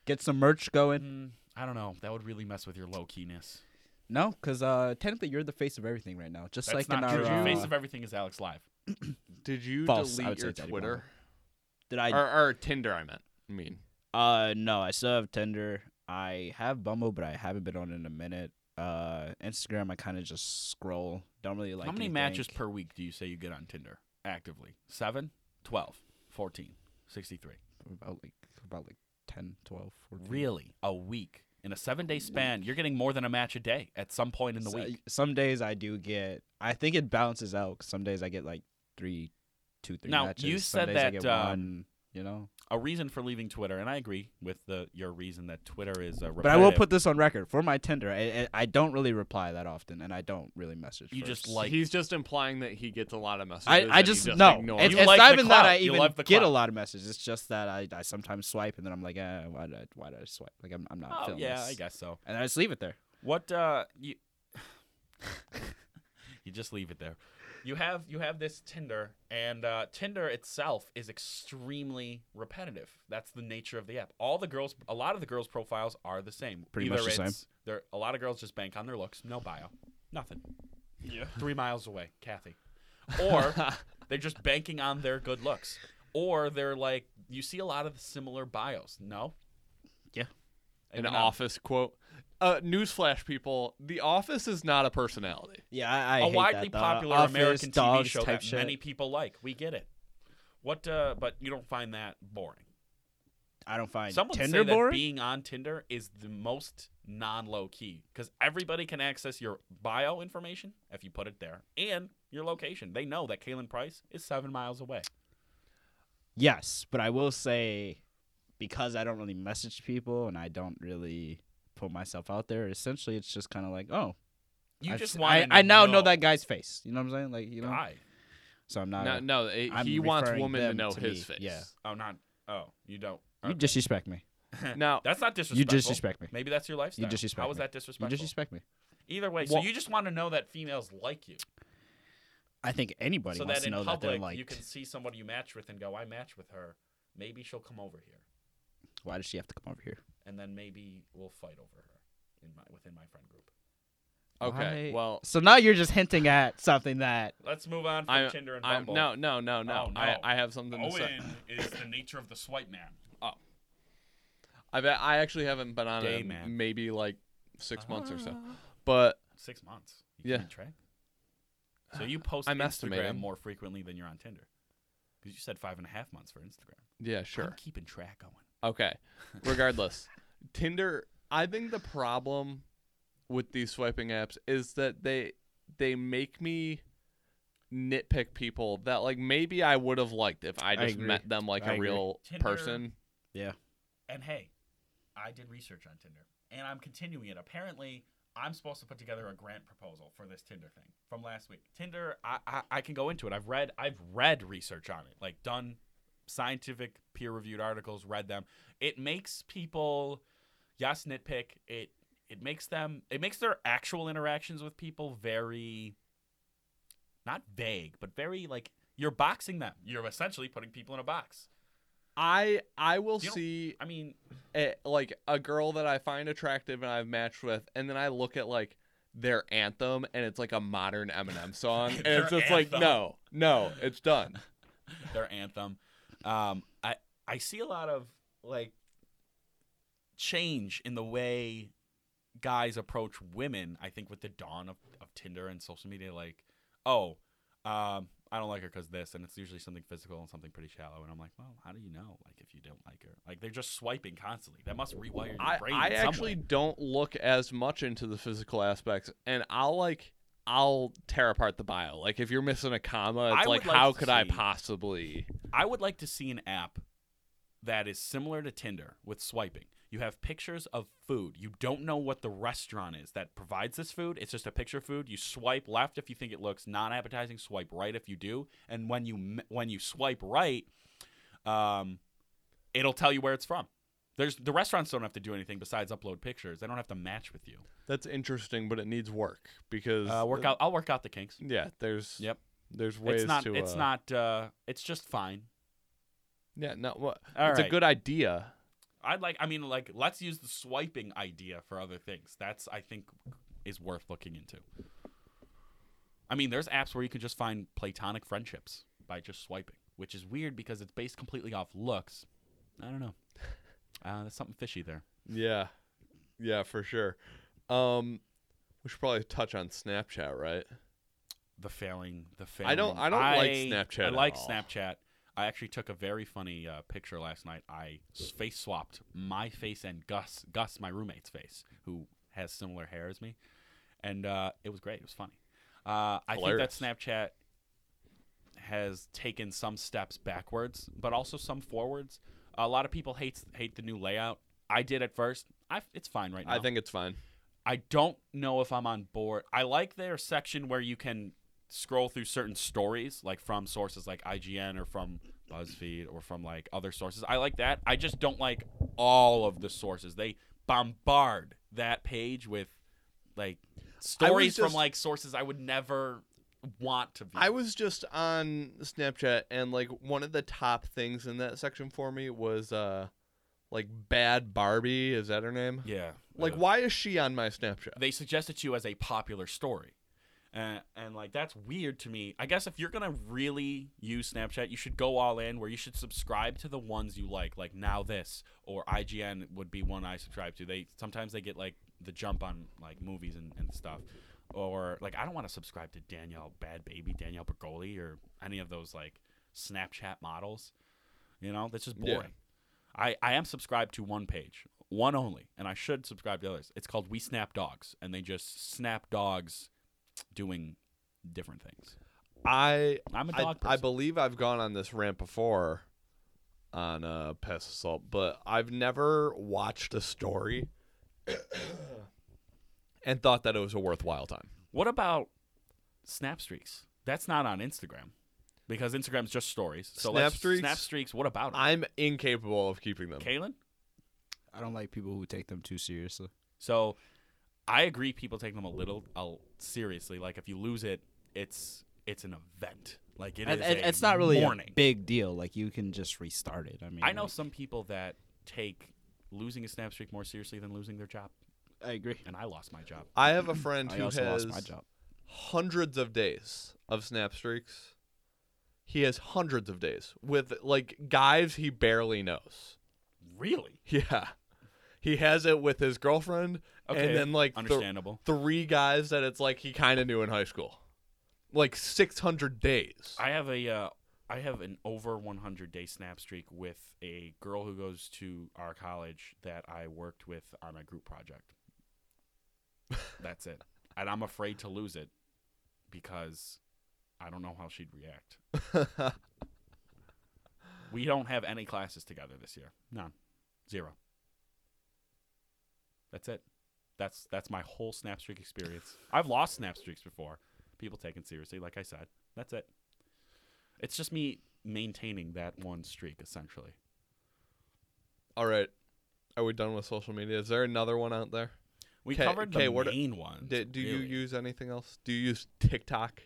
C: Get some merch going.
A: mm, I don't know. That would really mess with your low keyness.
C: No, because uh, technically you're the face of everything right now. Just
A: That's
C: like
A: not
C: in
A: true.
C: our uh,
A: Face of everything is Alex Live.
B: Did you
C: False, I
B: delete
C: would say
B: your
C: it's Eddie
B: Twitter
C: did I
B: or, or Tinder? I meant. I mean,
C: Uh, no, I still have Tinder. I have Bumble, but I haven't been on in a minute. Uh, Instagram, I kind of just scroll. Don't really like
A: How many
C: anything.
A: matches per week do you say you get on Tinder actively? Seven, twelve, fourteen, sixty-three.
C: About like about like 10, 12, 14.
A: Really, a week in a seven-day span, you're getting more than a match a day at some point in the
C: So-
A: week.
C: Some days I do get. I think it balances out. 'cause some days I get like three, two, three
A: Now,
C: matches.
A: you
C: some
A: said
C: days I
A: that,
C: get
A: um,
C: one. You know,
A: a reason for leaving Twitter, and I agree with the your reason that Twitter is a.
C: but I will put this on record for my Tinder. I, I, I don't really reply that often, and I don't really message.
A: You just
C: first.
A: like-
B: he's just implying that he gets a lot of messages.
C: I,
B: and
C: I
B: he
C: just,
B: just
C: no.
B: ignores
C: It's,
A: You
B: them.
C: it's
A: like
C: not
A: the
C: even that
A: clout.
C: I
A: You
C: even
A: love the
C: get a
A: clout.
C: lot of messages. It's just that I, I sometimes swipe and then I'm like, eh, why did I, why did I swipe? Like I'm, I'm not
A: Oh
C: feeling
A: yeah,
C: this.
A: I guess so.
C: And I just leave it there.
A: What uh you? you just leave it there. You have you have this Tinder, and uh, Tinder itself is extremely repetitive. That's the nature of the app. All the girls, a lot of the girls' profiles are the same.
C: Pretty
A: Either
C: much the same.
A: it's- They're, a lot of girls just bank on their looks, no bio, nothing. Yeah. Three miles away, Kathy. Or they're just banking on their good looks. Or they're like, you see a lot of similar bios. No.
C: Yeah.
A: And
B: an
A: I'm-
B: office quote. Uh, newsflash, people: The Office is not a personality.
C: Yeah, I, I
A: a
C: hate
A: widely
C: that, the
A: popular
C: office,
A: American TV
C: dogs
A: show
C: type
A: that
C: shit.
A: many people like. We get it. What? Uh, but you don't find that boring.
C: I don't find
A: Someone
C: Tinder
A: say that
C: boring.
A: being on Tinder is the most non-low key because everybody can access your bio information if you put it there and your location. They know that Kalen Price is seven miles away.
C: yes, but I will say because I don't really message people and I don't really put myself out there. Essentially, it's just kind of like oh,
A: You
C: I've
A: just
C: s-
A: want.
C: I, I now know that guy's face. You know what I'm saying? Like you know,
A: guy.
C: so I'm not.
B: No, no, it-
C: Uh, I'm
B: he wants
C: referring
B: women to
C: them
B: know
C: to
B: his
C: me,
B: face.
C: yeah.
A: Oh, not. Oh, you don't.
C: You
A: Okay.
C: disrespect me.
B: Now,
A: That's not disrespectful.
C: You disrespect me.
A: Maybe that's your lifestyle.
C: disrespect
A: How is
C: me.
A: that
C: You
A: disrespectful?
C: disrespect me.
A: Either way, so
B: Well-
A: you just want to know that females like you,
C: I think anybody
A: so
C: wants
A: that
C: to
A: in
C: know that they're
A: public
C: liked.
A: you can see somebody you match with and go, "I match with her. Maybe she'll come over here,
C: Why does she have to come over here?
A: and then maybe we'll fight over her in my within my friend group."
B: okay,
C: Why-
B: well,
C: So now you're just hinting at something that
A: Let's move on from
B: I'm,
A: Tinder and
B: I'm
A: Bumble.
B: no, no, no, no.
A: Oh, no.
B: I, I have something to say.
A: Owen is the nature of the swipe man. Oh,
B: I bet I actually haven't been on
A: Gay
B: it in
A: man.
B: maybe like six months or so. But
A: Six months. You
B: Yeah.
A: keeping track? So you post
B: I'm
A: Instagram
B: estimating.
A: more frequently than you're on Tinder, because you said five and a half months for Instagram.
B: yeah,
A: I'm
B: sure.
A: keeping track, Owen.
B: Okay. Regardless, Tinder. I think the problem with these swiping apps is that they they make me nitpick people that like maybe I would have liked if I
C: I
B: just
C: agree.
B: met them like
C: I
B: a
C: agree.
B: real
A: Tinder-
B: person.
A: And hey, I did research on Tinder, and I'm continuing it. Apparently, I'm supposed to put together a grant proposal for this Tinder thing from last week. Tinder, I, I, I can go into it. I've read I've read research on it, like done scientific peer reviewed articles, read them. It makes people, yes, nitpick. It it makes them it makes their actual interactions with people very not vague, but very like you're boxing them. You're essentially putting people in a box.
B: I I will
A: You don't-
B: see
A: I mean,
B: a, like a girl that I find attractive and I've matched with, and then I look at like their anthem and it's like a modern Eminem song, and it's
A: Their
B: just like
A: anthem.
B: no, no, it's done.
A: their anthem. Um, I I see a lot of like change in the way guys approach women. I think with the dawn of, of Tinder and social media, like, oh, um, I don't like her because this, and it's usually something physical and something pretty shallow. And I'm like, well, how do you know? Like, if you don't like her, like they're just swiping constantly. That must rewire your
B: I,
A: brain.
B: I
A: in some
B: actually
A: way.
B: don't look as much into the physical aspects, and I'll like I'll tear apart the bio. Like if you're missing a comma,
A: I
B: it's
A: would
B: like
A: like
B: how
A: to
B: could I
A: see-
B: possibly?
A: I would like to see an app that is similar to Tinder with swiping. You have pictures of food. You don't know what the restaurant is that provides this food. It's just a picture of food. You swipe left if you think it looks non-appetizing. Swipe right if you do. And when you m- when you swipe right, um, it'll tell you where it's from. There's the restaurants don't have to do anything besides upload pictures. They don't have to match with you.
B: That's interesting, but it needs work because
A: Uh, work out. I'll work out the kinks.
B: Yeah, there's
A: Yep.
B: there's ways
A: It's not.
B: to.
A: It's
B: uh,
A: not. Uh, it's just fine.
B: Yeah, no. What?
A: All
B: it's a
A: right.
B: good idea.
A: I'd like. I mean, like, let's use the swiping idea for other things. That's I think is worth looking into. I mean, there's apps where you can just find platonic friendships by just swiping, which is weird because it's based completely off looks. I don't know. Uh, there's something fishy there.
B: Yeah. Yeah, for sure. Um we should probably touch on Snapchat, right?
A: The failing, the failing.
B: I don't- I don't like Snapchat
A: I
B: at
A: like
B: all.
A: Snapchat. I actually took a very funny uh, picture last night. I s- face swapped my face and Gus, Gus, my roommate's face, who has similar hair as me, and uh, it was great. It was funny. Uh, I
B: Hilarious.
A: think that Snapchat has taken some steps backwards, but also some forwards. A lot of people hate hate the new layout. I did at first. I, it's fine right now.
B: I think it's fine.
A: I don't know if I'm on board. I like their section where you can scroll through certain stories, like from sources like IGN or from BuzzFeed or from like other sources. I like that. I just don't like all of the sources. They bombard that page with like stories from
B: just-
A: like sources I would never want to view.
B: I was just on Snapchat and like one of the top things in that section for me was uh like Bad Barbie, is that her name?
A: yeah.
B: Like
A: Ugh.
B: why is she on my Snapchat?
A: they suggested you as a popular story. And, and like that's weird to me. I guess if you're gonna really use Snapchat, you should go all in. Where you should subscribe to the ones you like, like now this or IGN would be one I subscribe to. They sometimes they get like the jump on like movies and, and stuff, or like I don't want to subscribe to Danielle Bad Baby, Danielle Bergoli, or any of those like Snapchat models. You know, that's just
B: Yeah.
A: boring. I, I am subscribed to one page, one only, and I should subscribe to others. It's called We Snap Dogs, and they just snap dogs doing different things.
B: I
A: I'm a
B: I,
A: dog
B: I
A: person.
B: believe I've gone on this rant before on uh, pest assault, but I've never watched a story and thought that it was a worthwhile time.
A: what about snap streaks? That's not on Instagram because Instagram's just stories. So
B: Snap
A: let's,
B: streaks?
A: Snap streaks. What about it?
B: I'm incapable of keeping them.
A: Kalen?
C: I don't like people who take them too seriously.
A: So I agree people take them a little uh, seriously. Like if you lose it, it's it's an event. Like it is
C: And- and
A: a
C: it's not really
A: warning.
C: a big deal. Like you can just restart it. I mean,
A: I know
C: like-
A: some people that take losing a snap streak more seriously than losing their job,
C: I agree.
A: and I lost my job.
B: I have a friend
C: I
B: who
C: also
B: has
C: lost my job.
B: hundreds of days of snap streaks. He has hundreds of days with like guys he barely knows.
A: Really?
B: Yeah. He has it with his girlfriend
A: Okay,
B: and then like the
A: understandable.
B: three guys that it's like he kind of knew in high school. Like 600 days.
A: I have a uh, I have an over 100 day snap streak with a girl who goes to our college that I worked with on a group project. That's it, and I'm afraid to lose it because I don't know how she'd react. We don't have any classes together this year. None. Zero. That's it. That's that's my whole snap streak experience. I've lost snap streaks before. People taken seriously, like I said. That's it. It's just me maintaining that one streak essentially.
B: All right. Are we done with social media? Is there another one out there?
A: We
B: Okay,
A: covered the
B: okay, what-
A: main ones.
B: Do, do you
A: really.
B: use anything else? Do you use TikTok?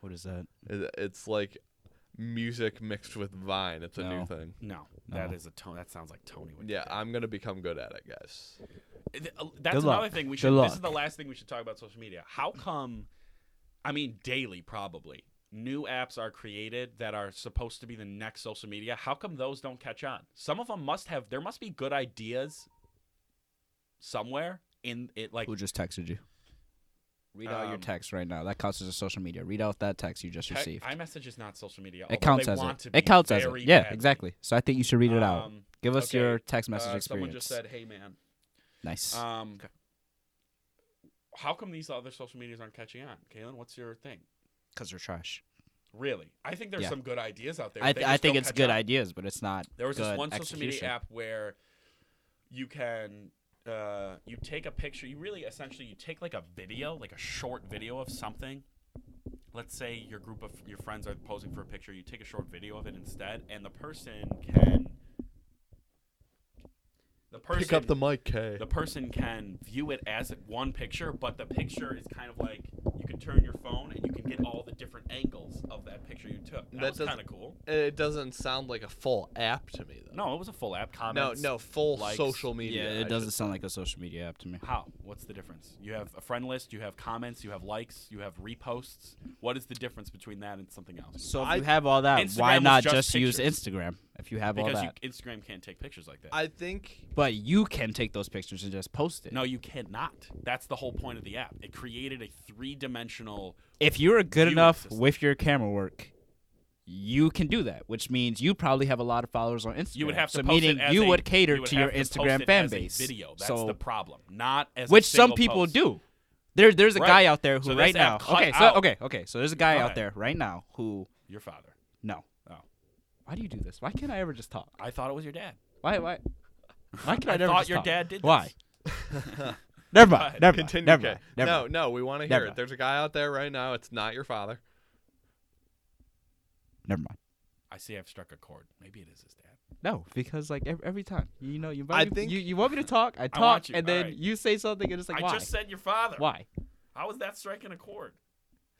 C: What is that?
B: It- It's like music mixed with Vine. It's a new
C: No.
B: thing.
A: No, that
C: No.
A: is a tone. That sounds like Tony would. do
B: uh-huh. Yeah,
A: that.
B: I'm gonna become good at it, guys.
A: Th- uh, That's
C: Good
A: another
C: luck.
A: thing we
C: Good
A: should. This is
C: luck.
A: the last thing we should talk about social media. How come? I mean, daily probably new apps are created that are supposed to be the next social media. How come those don't catch on? Some of them must have. There must be good ideas somewhere in it. Like
C: Who just texted you? Read out your
A: Um,
C: text right now. That counts as a social media. Read out that text you just
A: te-
C: received.
A: iMessage is not social media. although
C: it counts
A: they
C: as
A: want
C: it.
A: to
C: It
A: be
C: counts as
A: very
C: it. Yeah,
A: badly.
C: exactly. So I think you should read it out.
A: Um,
C: Give us
A: okay,
C: your text message
A: uh,
C: experience.
A: someone just said, "Hey man,
C: nice.
A: Um, How come these other social medias aren't catching on? Kalen, what's your thing?
C: Because they're trash.
A: Really? I think there's
C: Yeah.
A: some good ideas out there.
C: I,
A: They
C: th- I
A: just
C: think
A: don't
C: it's
A: catch
C: good
A: on.
C: ideas, but it's not.
A: There was this
C: good
A: one social media
C: execution.
A: app where you can uh, you take a picture. You really essentially you take like a video, like a short video of something. Let's say your group of your friends are posing for a picture. You take a short video of it instead, and the person can the person
B: Pick up the mic, Kay.
A: the person can view it as one picture, but the picture is kind of like you can turn your phone and you can get all the different angles of that picture you took. That,
B: That
A: was
B: doesn't-
A: kind of cool.
B: Uh, It doesn't sound like a full app to me, though.
A: No, it was a full app.
B: no,
A: Comments.
B: no, full
A: likes.
B: social media.
C: Yeah,
B: I
C: it
B: should
C: doesn't sound like a social media app to me.
A: How? What's the difference? You have a friend list. You have comments. You have likes. You have reposts. What is the difference between that and something else?
C: So if
B: I-
C: you have all that,
A: Instagram
C: why
A: was
C: not
A: just
C: just, use
A: pictures.
C: Instagram? If you have all
A: Because
C: that,
A: you, Instagram can't take pictures like that.
B: I think
C: but you can take those pictures and just post it.
A: no, you cannot. That's the whole point of the app. It created a three-dimensional.
C: if you're good
A: You
C: enough
A: exist.
C: with your camera work, you can do that, which means you probably have a lot of followers on Instagram.
A: You would have to
C: so
A: post
C: meaning
A: it as
C: you
A: a-
C: would cater
A: you would
C: to your
A: have post
C: Instagram
A: it
C: fan
A: as a
C: base.
A: video. That's
C: so,
A: the problem. Not as a
C: which some
A: single
C: people
A: post.
C: do. There, there's a
A: Right.
C: guy out there who
A: So this
C: right now.
A: app cut
C: Okay,
A: out-
C: so okay, okay. So there's a guy
A: Alright.
C: out there right now who
A: Your father.
C: no.
A: Oh.
C: Why do you do this? Why can't I ever just talk?
A: I thought it was your dad.
C: Why? Why? Why can I,
A: I
C: never
A: thought
C: just
A: your
C: talk?
A: dad did
C: Why?
A: this.
C: never
A: Go ahead.
C: mind. Never
B: continue.
C: mind. Never
B: Kay.
C: mind. Never
B: no,
C: mind.
B: no, we want to hear
C: Never
B: it.
C: mind.
B: There's a guy out there right now. It's not your father.
C: Never mind.
A: I see I've struck a chord. Maybe it is his dad.
C: No, because like every, every time, you know, you, invite
B: I
C: me,
B: think-
C: you you want me to talk, I
A: want
C: talk,
A: you,
C: and then
A: alright.
C: you say something, and it's like
A: I
C: why?
A: just said your father.
C: why?
A: How is that striking a chord?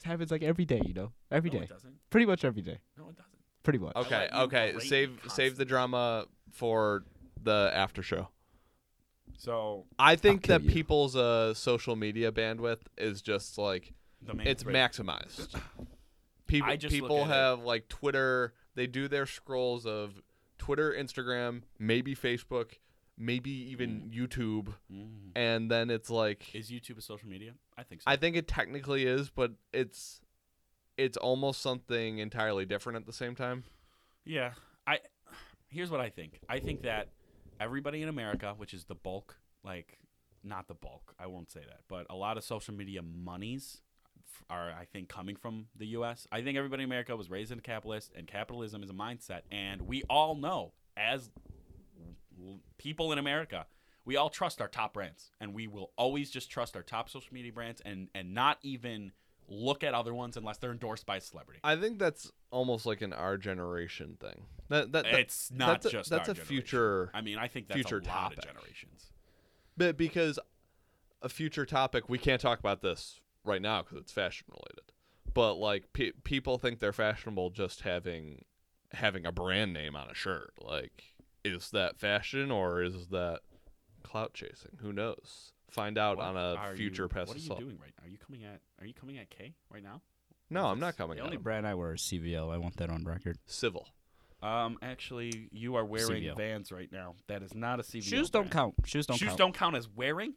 C: It happens like every day, you know, every
A: no,
C: day,
A: it doesn't.
C: pretty much every day,
A: No, it doesn't.
C: pretty much.
B: Okay,
A: let you
B: okay.
A: berate me
B: Save save the
A: constantly.
B: drama for the after show.
A: So
B: I think
C: kill
B: that
C: you.
B: people's uh, social media bandwidth is just like
A: the main
B: it's
A: thread-
B: maximized. People
A: I just look
B: people
A: at it-
B: have like Twitter. They do their scrolls of Twitter, Instagram, maybe Facebook, maybe even YouTube,
A: Mm.
B: and then it's like
A: Is YouTube a social media? I think so.
B: I think it technically is, but it's it's almost something entirely different at the same time.
A: yeah. I here's what I think. I think that everybody in America, which is the bulk, like not the bulk, I won't say that, but a lot of social media monies f- are, I think, coming from the U.S. I think everybody in America was raised in a capitalist, and capitalism is a mindset, and we all know as l- people in America. We all trust our top brands, and we will always just trust our top social media brands, and and not even look at other ones unless they're endorsed by a celebrity.
B: I think that's almost like an our generation thing. That, that, that
A: it's not
B: that's a-
A: just
B: that's
A: our
B: a
A: generation.
B: future
A: I mean, I think that's
B: future
A: a lot
B: topic.
A: of generations.
B: But because a future topic, we can't talk about this right now because it's fashion related. But like pe- people think they're fashionable just having having a brand name on a shirt. Like, is that fashion or is that clout chasing? Who knows? Find out
A: What
B: on
A: are
B: a
A: you-
B: future pest
A: What are you
B: assault.
A: doing right now? Are you coming at Are you coming at K right now?
B: No,
A: What is
B: I'm not
A: this?
B: coming.
C: The
B: at
C: only
B: him.
C: brand I wear is CVL. I want that on record.
B: Civil.
A: Um, actually, you are wearing
C: CVL.
A: Vans right now. That is not a CVL.
C: Shoes don't
A: brand.
C: count. Shoes don't
A: Shoes
C: count.
A: don't count as wearing.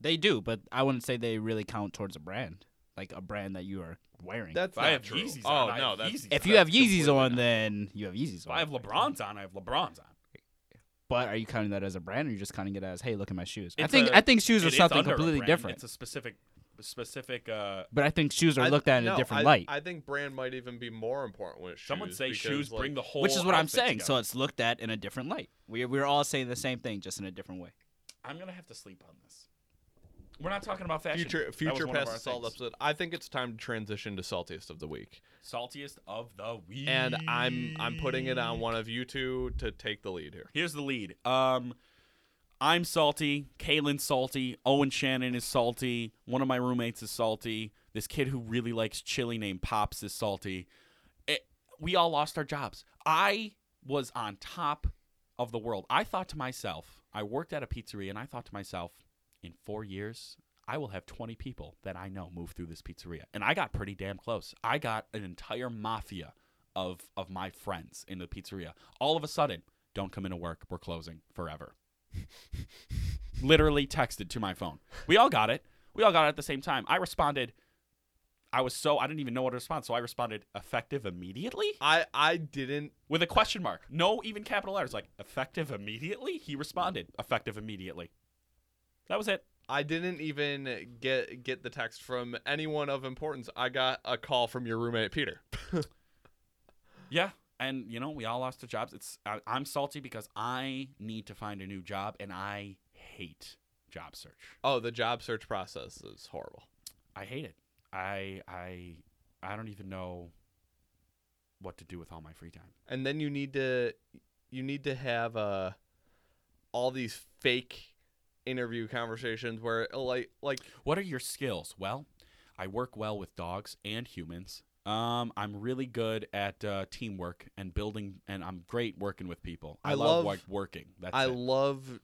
C: They do, but I wouldn't say they really count towards a brand, like a brand that you are wearing.
B: That's
A: If I
B: not
A: have
B: true.
A: Yeezys
B: oh
A: on, I
B: no,
A: have
B: that's
A: Yeezys
C: if you have
B: that's
C: Yeezys
B: completely
C: on,
B: not-
C: then you have Yeezys
A: If
C: on.
A: I have LeBrons on, I have LeBrons on.
C: But are you counting that as a brand, or are you just counting it as, hey, look at my shoes? I
A: It's
C: think
A: a-
C: I think shoes
A: It
C: are
A: is
C: something
A: under a
C: completely
A: brand.
C: different.
A: It's a specific, specific. Uh,
C: but I think shoes are
B: I-
C: looked at in
B: no,
C: a different
B: I-
C: light,
B: I think brand might even be more important when it's
A: some would
B: shoes
A: say
B: because,
A: shoes
B: like,
A: bring the whole.
C: which is what I'm
A: outfit
C: saying. So
A: together.
C: it's looked at in a different light. We we're all saying the same thing, just in a different way.
A: I'm gonna have to sleep on this. We're not talking about fashion.
B: Future
A: That
B: future
A: was one of
B: past
A: our
B: salt
A: things.
B: episode. I think it's time to transition to saltiest of the week,
A: Saltiest of the week.
B: and I'm I'm putting it on one of you two to take the lead here.
A: Here's the lead. Um, I'm salty. Kaylin's salty. Owen Shannon is salty. One of my roommates is salty. This kid who really likes chili named Pops is salty. It, we all lost our jobs. I was on top of the world. I thought to myself, I worked at a pizzeria, and I thought to myself, in four years, I will have 20 people that I know move through this pizzeria. And I got pretty damn close. I got an entire mafia of of my friends in the pizzeria. All of a sudden, don't come into work. We're closing forever. Literally texted to my phone. We all got it. We all got it at the same time. I responded. I was so I didn't even know what to respond, so I responded effective immediately
B: I I didn't.
A: with a question mark. No even capital letters. Like effective immediately? He responded effective immediately. That was it.
B: I didn't even get get the text from anyone of importance. I got a call from your roommate Peter.
A: Yeah, and you know we all lost our jobs. It's I, I'm salty because I need to find a new job, and I hate job search.
B: Oh, the job search process is horrible.
A: I hate it. I I I don't even know what to do with all my free time.
B: And then you need to you need to have uh all these fake interview conversations where like like
A: What are your skills? Well, I work well with dogs and humans. Um, I'm really good at uh, teamwork and building, and I'm great working with people. I,
B: I
A: love,
B: love-
A: like working. That's
B: I
A: it.
B: love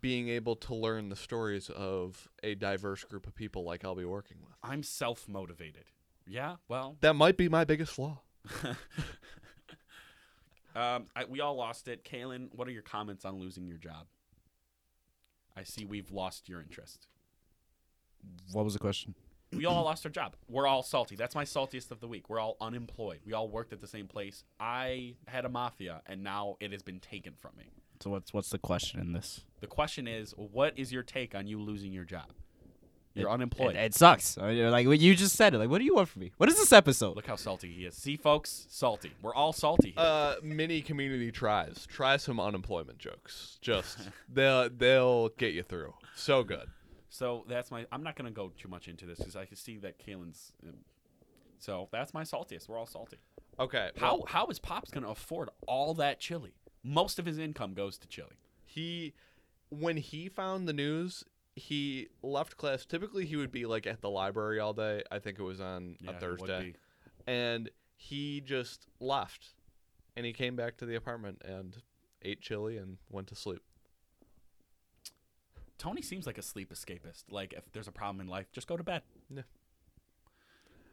B: being able to learn the stories of a diverse group of people like I'll be working with.
A: I'm self motivated. Yeah, well,
B: That might be my biggest flaw.
A: um, I, we all lost it. Kalen, what are your comments on losing your job? I see we've lost your interest.
C: What was the question?
A: We all lost our job. We're all salty. That's my saltiest of the week. We're all unemployed. We all worked at the same place. I had a mafia, and now it has been taken from me.
C: So what's what's the question in this?
A: The question is, what is your take on you losing your job? You're unemployed.
C: It, it sucks. I mean, Like what you just said. it. Like what do you want from me? What is this episode?
A: Look how salty he is. See, folks, salty. We're all salty. Here.
B: Uh, mini community tries. Try some unemployment jokes. Just they'll they'll get you through. So good.
A: so that's my. I'm not gonna go too much into this because I can see that Kalen's. Um, so that's my saltiest. We're all salty.
B: Okay.
A: How
B: well,
A: how is Pops gonna afford all that chili? Most of his income goes to chili.
B: he when he found the news, he left class. Typically, he would be like at the library all day. I think it was on
A: Yeah,
B: a
A: it would
B: Thursday,
A: be.
B: and he just left, and he came back to the apartment and ate chili and went to sleep.
A: Tony seems like a sleep escapist. Like if there's a problem in life, just go to bed.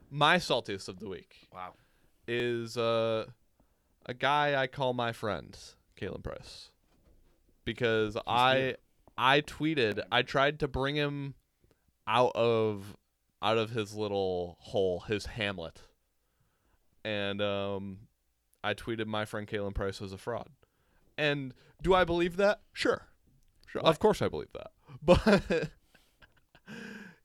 B: My saltiest of the week
A: Wow.
B: is uh, a guy I call my friend, Kalen Price, because I
A: here.
B: I tweeted I tried to bring him out of out of his little hole, his Hamlet, and um, I tweeted my friend Kalen Price was a fraud, And do I believe that? Sure. Sure. Of course I believe that. But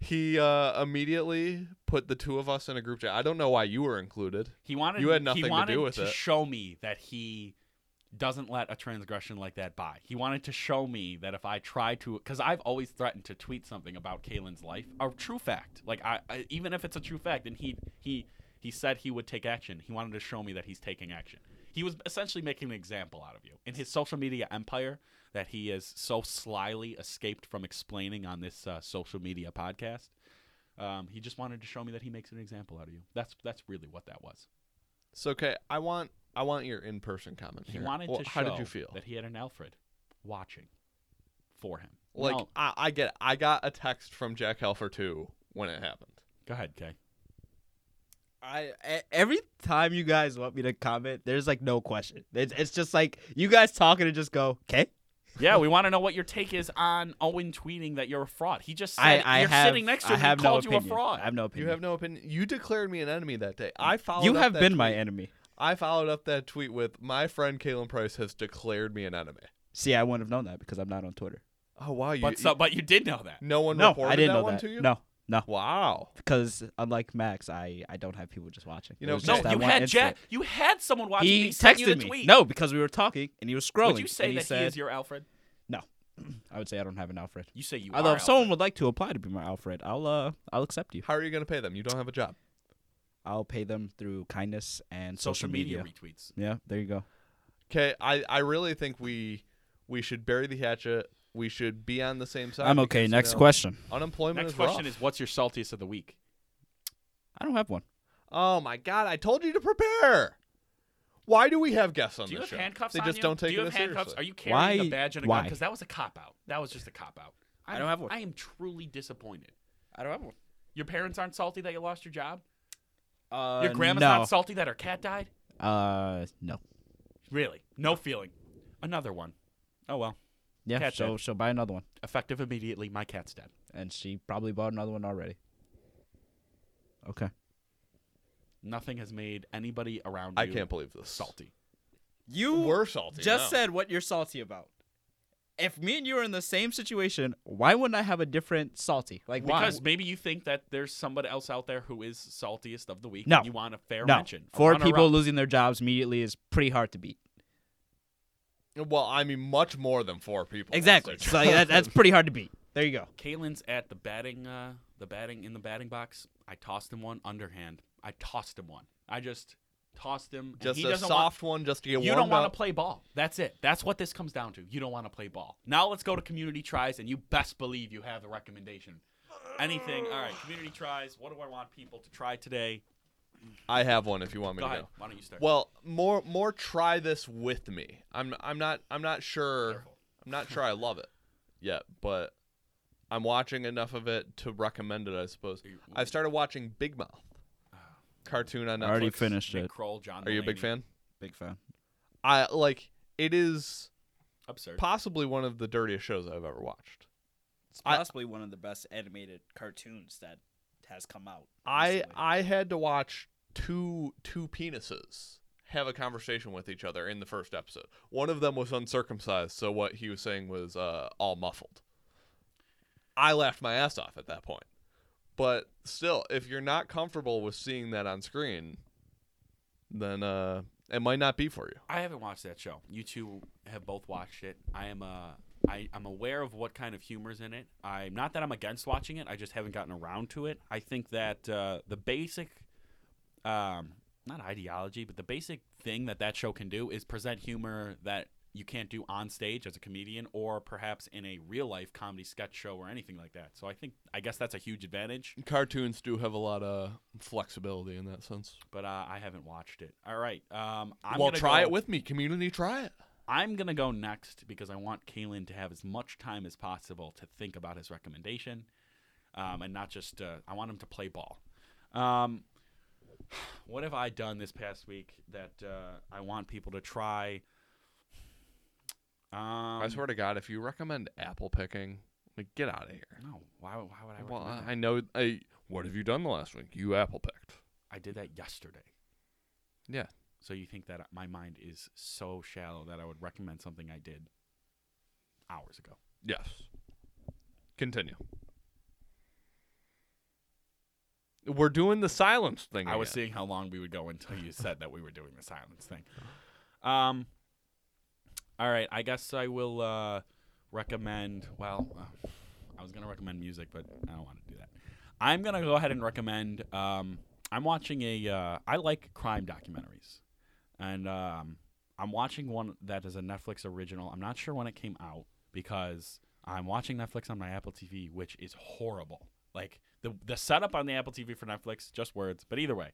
B: he uh, immediately put the two of us in a group chat. I don't know why you were included.
A: He wanted
B: You had nothing
A: he
B: to
A: wanted
B: do with
A: to
B: it.
A: show me that he doesn't let a transgression like that by. He wanted to show me that if I try to, because I've always threatened to tweet something about Kalen's life, a true fact. Like I, I, even if it's a true fact, and he he he said he would take action. He wanted to show me that he's taking action. He was essentially making an example out of you in his social media empire that he has so slyly escaped from explaining on this uh, social media podcast. Um, he just wanted to show me that he makes an example out of you. That's that's really what that was.
B: So okay, I want I want your in person comment
A: He
B: here.
A: wanted
B: Well,
A: to show
B: how did you feel?
A: that he had an Alfred watching for him.
B: like
A: No.
B: I, I get it. I got a text from Jack Helfer too when it happened.
A: go ahead, Kay.
C: I e- every time you guys want me to comment, there's like no question. It's, it's just like you guys talking and just go, okay.
A: Yeah, we want to know what your take is on Owen tweeting that you're a fraud. He just said
C: I, I
A: you're
C: have,
A: sitting next to
C: I
A: him
C: have
A: and he
C: no
A: called
C: opinion.
A: you a fraud.
C: I have no
B: You
C: opinion.
B: have no opinion. You declared me an enemy that day. I followed.
C: You
B: up
C: have
B: that
C: been my
B: tweet-
C: enemy.
B: I followed up that tweet with my friend Kalen Price has declared me an enemy.
C: See, I wouldn't have known that because I'm not on Twitter.
B: Oh wow! You,
A: but so, but you did know that.
B: you- no one
C: No,
B: reported
C: I didn't
B: that
C: know
B: one
C: that.
B: to you.
C: No, no,
B: Wow.
C: because unlike Max, I I don't have people just watching.
B: You
C: It
B: know,
C: was
A: No,
C: just that
A: you
C: one
A: had Jack.
C: instant.
A: You had someone watching.
C: He,
A: and sent you
C: texted
A: the
C: me.
A: Tweet.
C: No, because we were talking and he was scrolling.
A: would you say
C: and he
A: that
C: said,
A: he is your Alfred?
C: I would say I don't have an Alfred.
A: You say you.
C: Although
A: are
C: if someone
A: Alfred.
C: would like to apply to be my Alfred, I'll uh I'll accept you.
B: How are you going to pay them? You don't have a job.
C: I'll pay them through kindness and
A: social media retweets.
C: Yeah, there you go.
B: Okay. I, I really think we we should bury the hatchet. We should be on the same side.
C: I'm okay.
B: because, you
A: uh,
C: Next
B: know,
C: question.
B: Unemployment
A: Next
B: is
A: question
B: rough.
A: is, what's your saltiest of the week?
C: I don't have one.
B: Oh my god! I told you to prepare. Why do we have guests on
A: Do you
B: this
A: have
B: show?
A: handcuffs
B: They
A: on
B: just
A: you?
B: don't take
A: Do you
B: it
A: have
B: as
A: handcuffs?
B: seriously.
A: Are you carrying
C: Why-
A: a badge and a
C: why?
A: gun? Because that was a cop out. That was just a cop out.
C: I don't have one.
A: I am truly disappointed.
E: I don't have one.
A: Your parents aren't salty that you lost your job.
C: Uh,
A: Your grandma's
C: no.
A: not salty that her cat died.
C: Uh, no.
A: Really, no feeling. Another one. Oh well.
C: Yeah,
A: Cat
C: so
A: dead.
C: she'll buy another one,
A: Effective immediately. My cat's dead.
C: and she probably bought another one already. Okay.
A: Nothing has made anybody around
B: I
A: you
B: can't believe this.
A: salty.
C: You
B: We're salty.
C: just
B: now.
C: said what you're salty about. If me and you are in the same situation, why wouldn't I have a different salty? Like why?
A: Because maybe you think that there's somebody else out there who is saltiest of the week.
C: No.
A: and you want a fair
C: no,
A: mention. a
C: four
A: runner-up.
C: people losing their jobs immediately is pretty hard to beat.
B: Well, I mean, much more than four people.
C: Exactly.
B: lost their
C: So like,
B: jobs.
C: that, that's pretty hard to beat. There you go.
A: Kalen's at the batting, uh, the batting in the batting box. I tossed him one underhand. I tossed him one. I just tossed him. and
B: just
A: he
B: a
A: doesn't want-
B: soft one, just to get
A: you
B: warmed
A: don't want
B: up.
A: to play ball. That's it. That's what this comes down to. You don't want to play ball. Now let's go to community tries, and you best believe you have the recommendation. Anything. All right, community tries. What do I want people to try today?
B: I have one if you want me
A: Go
B: to
A: ahead.
B: go.
A: Why don't you start?
B: Well, more more try this with me. I'm I'm not I'm not sure
A: Careful.
B: I'm not sure I love it yet, but I'm watching enough of it to recommend it, I suppose.
A: You- Oh.
B: I've started watching Big Mouth. Cartoon on Netflix.
C: Already finished
A: Nick
C: it.
A: Kroll, John.
B: Are you a big
A: Mulaney.
B: fan?
C: Big fan.
B: I like it is
A: Absurd.
B: possibly one of the dirtiest shows I've ever watched.
E: It's
B: I-
E: possibly one of the best animated cartoons that has come out.
B: I
E: recently.
B: I had to watch two two penises have a conversation with each other in the first episode. One of them was uncircumcised, so what he was saying was uh, all muffled. I laughed my ass off at that point. But still, if you're not comfortable with seeing that on screen, then uh, it might not be for you.
A: I haven't watched that show. You two have both watched it. I am uh, I, I'm aware of what kind of humor's in it. I'm not that I'm against watching it. I just haven't gotten around to it. I think that uh, the basic, um, not ideology, but the basic thing that that show can do is present humor that you can't do on stage as a comedian or perhaps in a real life comedy sketch show or anything like that. So I think I guess that's a huge advantage.
B: Cartoons do have a lot of flexibility in that sense.
A: But uh, I haven't watched it. All right. Um, I'm
B: well,
A: gonna
B: try
A: go-
B: it with me, community. Try it.
A: I'm going to go next because I want Kalen to have as much time as possible to think about his recommendation um, and not just, uh, I want him to play ball. Um, what have I done this past week that uh, I want people to try? Um,
B: I swear to God, if you recommend apple picking, like get out of here.
A: No, why, would- why would I recommend
B: Well,
A: that?
B: I know. I, what have you done the last week? You apple picked.
A: I did that yesterday.
B: Yeah.
A: So you think that my mind is so shallow that I would recommend something I did hours ago?
F: Yes. Continue. We're doing the silence thing.
A: I was
F: again.
A: seeing how long we would go until you said that we were doing the silence thing. Um. All right, I guess I will uh, recommend. Well, uh, I was gonna recommend music, but I don't want to do that. I'm gonna go ahead and recommend. Um, I'm watching a. Uh, I like crime documentaries, and um, I'm watching one that is a Netflix original. I'm not sure when it came out because I'm watching Netflix on my Apple TV, which is horrible. Like the the setup on the Apple TV for Netflix, just words. But either way,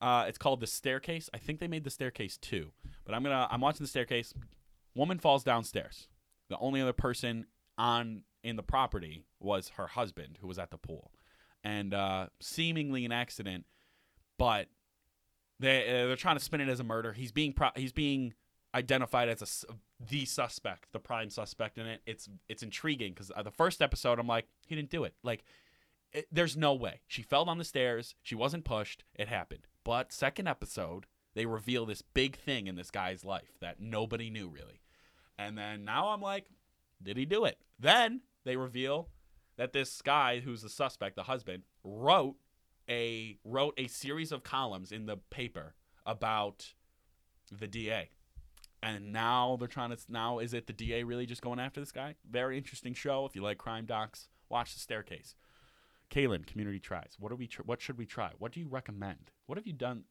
A: uh, it's called The Staircase. I think they made The Staircase too, but I'm gonna I'm watching The Staircase. Woman falls downstairs. The only other person on in the property was her husband, who was at the pool, and uh, seemingly an accident, but they uh, they're trying to spin it as a murder. He's being pro- he's being identified as a s the suspect, the prime suspect in it. It's it's intriguing because the first episode, I'm like, he didn't do it. Like, it, there's no way she fell down the stairs. She wasn't pushed. It happened. But second episode, they reveal this big thing in this guy's life that nobody knew really, and then now I'm like, did he do it? Then they reveal that this guy who's the suspect, the husband, wrote a wrote a series of columns in the paper about the DA. And now they're trying to now is it the DA really just going after this guy? Very interesting show. If you like crime docs, watch The Staircase. Kalen, community tries. What are we tr- what should we try? What do you recommend? What have you done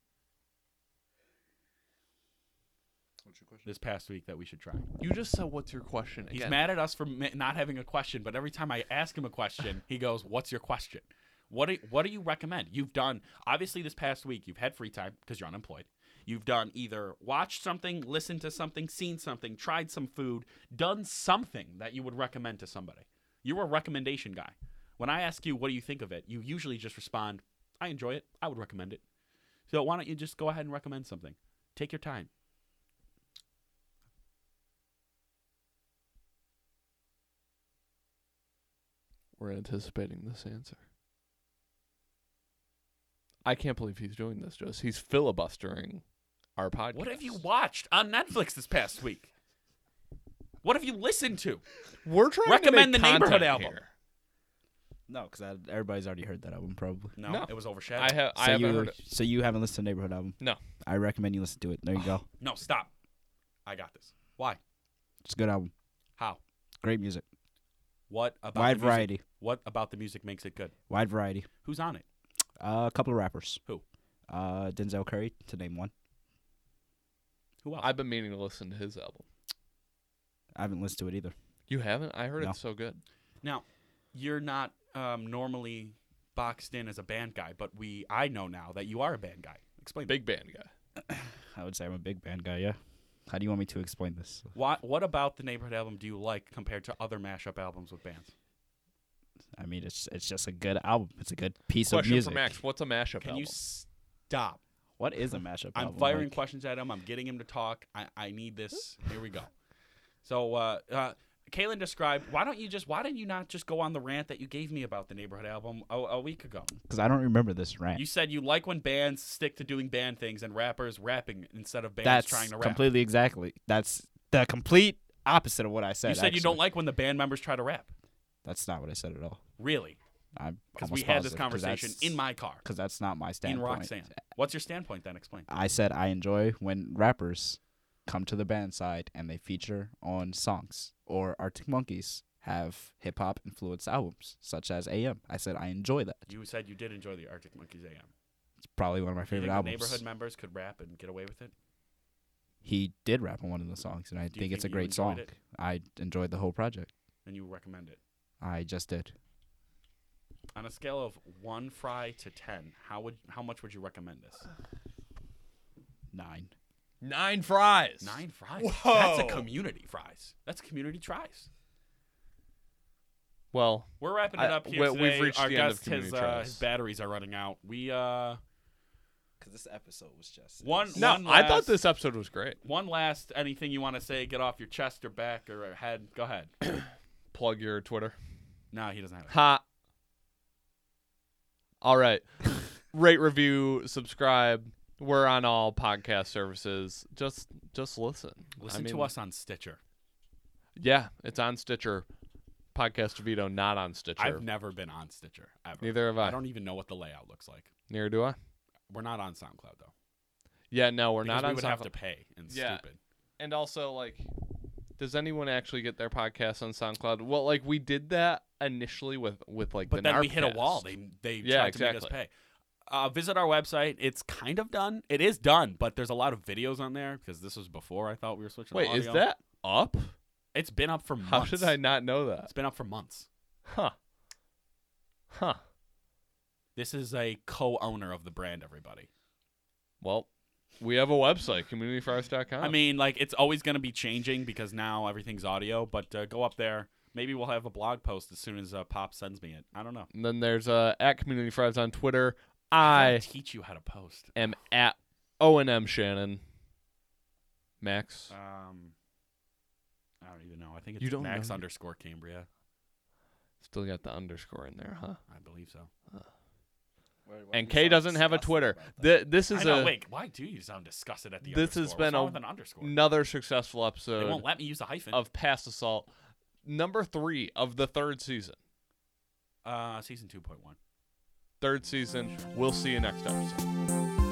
D: What's your question?
A: this past week that we should try?
F: You just said, "What's your question?"
A: He's
F: again?
A: mad at us for ma- not having a question, but every time I ask him a question, he goes, "What's your question? What do, what do you recommend? You've done obviously this past week. You've had free time because you're unemployed. You've done either watched something, listened to something, seen something, tried some food, done something that you would recommend to somebody. You're a recommendation guy. When I ask you what do you think of it, you usually just respond, "I enjoy it. I would recommend it." So why don't you just go ahead and recommend something? Take your time.
F: We're anticipating this answer. I can't believe he's doing this, Just He's filibustering our podcast.
A: What have you watched on Netflix this past week? What have you listened to?
F: We're trying
A: Recommend
F: to
A: the
F: make
A: Neighborhood
F: content
A: album.
F: here.
C: No, because everybody's already heard that album probably.
A: No,
F: No.
A: it was
F: I
A: overshadowed.
F: have. I
C: so
F: haven't
C: you,
F: heard it.
C: So you haven't listened to Neighborhood album?
F: No.
C: I recommend you listen to it. There you go.
A: no, stop. I got this. Why?
C: It's a good album.
A: How? Great
C: Great music.
A: What about
C: Wide
A: the music-
C: variety.
A: What about the music makes it good?
C: Wide variety.
A: Who's on it?
C: Uh, a couple of rappers.
A: Who?
C: Uh, Denzel Curry, to name one.
A: Who else?
F: I've been meaning to listen to his album.
C: I haven't listened to it either.
F: You haven't? I heard
C: No.
F: it's so good.
A: now, you're not um, normally boxed in as a band guy, but we I know now that you are a band guy. Explain.
F: Big band guy.
C: I would say I'm a big band guy, yeah. How do you want me to explain this?
A: What What about the Neighborhood album do you like compared to other mashup albums with bands?
C: I mean, it's it's just a good album. It's a good piece of
F: Question
C: music.
F: for Max: What's a mashup
A: Can
F: album?
A: you stop?
C: What is a mashup
A: I'm
C: album?
A: firing
C: Like,
A: questions at him. I'm getting him to talk. I, I need this. Here we go. So, uh, uh, Kaylin described. Why don't you just? Why didn't you not just go on the rant that you gave me about the neighborhood album a, a week ago?
C: Because I don't remember this rant.
A: You said you like when bands stick to doing band things and rappers rapping instead of bands
C: That's
A: trying to rap.
C: completely exactly. That's the complete opposite of what I said.
A: you said you don't
C: actually.
A: like when the band members try to rap.
C: That's not what I said at all.
A: Really?
C: I'm
A: Because we
C: almost
A: had this
C: positive, 'cause
A: conversation
C: that's-
A: in my car
C: because that's not my
A: in
C: standpoint.
A: Roxanne. What's your standpoint then? Explain.
C: I said I enjoy when rappers come to the band side and they feature on songs or Arctic Monkeys have hip hop influenced albums such as AM. I said I enjoy that.
A: You said you did enjoy the Arctic Monkeys AM.
C: It's probably one of my
A: Do you
C: favorite
A: think the
C: albums.
A: neighborhood members could rap and get away with it.
C: He did rap on one of the songs, and I
A: you
C: think it's a
A: think you
C: great
A: enjoyed
C: song.
A: it?
C: I enjoyed the whole project.
A: And you recommend it.
C: I just did.
A: On a scale of one fry to ten, how would how much would you recommend this?
C: Nine.
F: Nine fries.
A: Nine fries. That's a
D: Whoa.
A: community fries. That's community tries.
F: Well,
A: We're wrapping it
F: I-
A: up here
F: we- we've
A: today.
F: reached
A: Our
F: the end of
A: guest, his,
F: community
A: uh,
F: tries.
A: his batteries are running out. We uh,
D: Because this episode was just
A: One-
F: no,
A: One
F: I thought
A: last-
F: this episode was great.
A: one last anything you want to say? Get off your chest or back or head. Go ahead.
F: Plug your Twitter.
A: no, he doesn't have it.
F: Ha. All right. Rate, review, subscribe,
B: We're on all podcast services. Just just listen.
A: Listen
B: I mean,
A: to us on Stitcher.
B: Yeah, it's on Stitcher. Podcast Vito not on Stitcher.
A: I've never been on Stitcher ever.
B: Neither have
A: I
B: I.
A: don't even know what the layout looks like.
B: Neither do I.
A: We're not on SoundCloud though.
B: Yeah, no, we're
A: Because
B: not on
A: we would have
B: SoundCloud.
A: to pay and
B: Yeah.
A: stupid.
B: and also like does anyone actually get their podcast on SoundCloud? Well, like we did that initially with with like
A: But
B: the
A: then we hit a
B: Narpcast.
A: wall. They they
B: Yeah,
A: tried to
B: exactly.
A: make us pay. Uh, visit our website. It's kind of done. It is done, but there's a lot of videos on there because this was before I thought we were switching. to
B: Wait, is
A: audio.
B: that up?
A: It's been up for months.
B: How did I not know that?
A: It's been up for months.
B: Huh. Huh.
A: This is a co-owner of the brand. Everybody.
B: Well, we have a website, communityfriars.com.
A: I mean, like it's always going to be changing because now everything's audio. But uh, go up there. Maybe we'll have a blog post as soon as uh, Pop sends me it. I don't know.
B: and then there's uh at community fries on Twitter.
A: I'll
B: I
A: teach you how to post.
B: am at O and M Shannon. Max.
A: Um, I don't even know. I think it's
B: You don't
A: Max
B: know.
A: underscore Cambria.
B: Still got the underscore in there, huh?
A: I believe so.
D: Where- where
B: And
D: we
B: K
D: sound
B: doesn't have a
D: disgusted
B: Twitter.
D: about that.
B: Th- this
A: I
B: is
A: know,
B: a
A: wait, why do you sound disgusted at the
B: This has
A: underscore? What's
B: been
A: wrong
B: a-
A: with an underscore?
B: another successful
A: they
B: episode
A: won't let me use the hyphen.
B: of Past Assault, number three of the third season.
A: uh, season 2.1.
B: Third season. We'll see you next episode.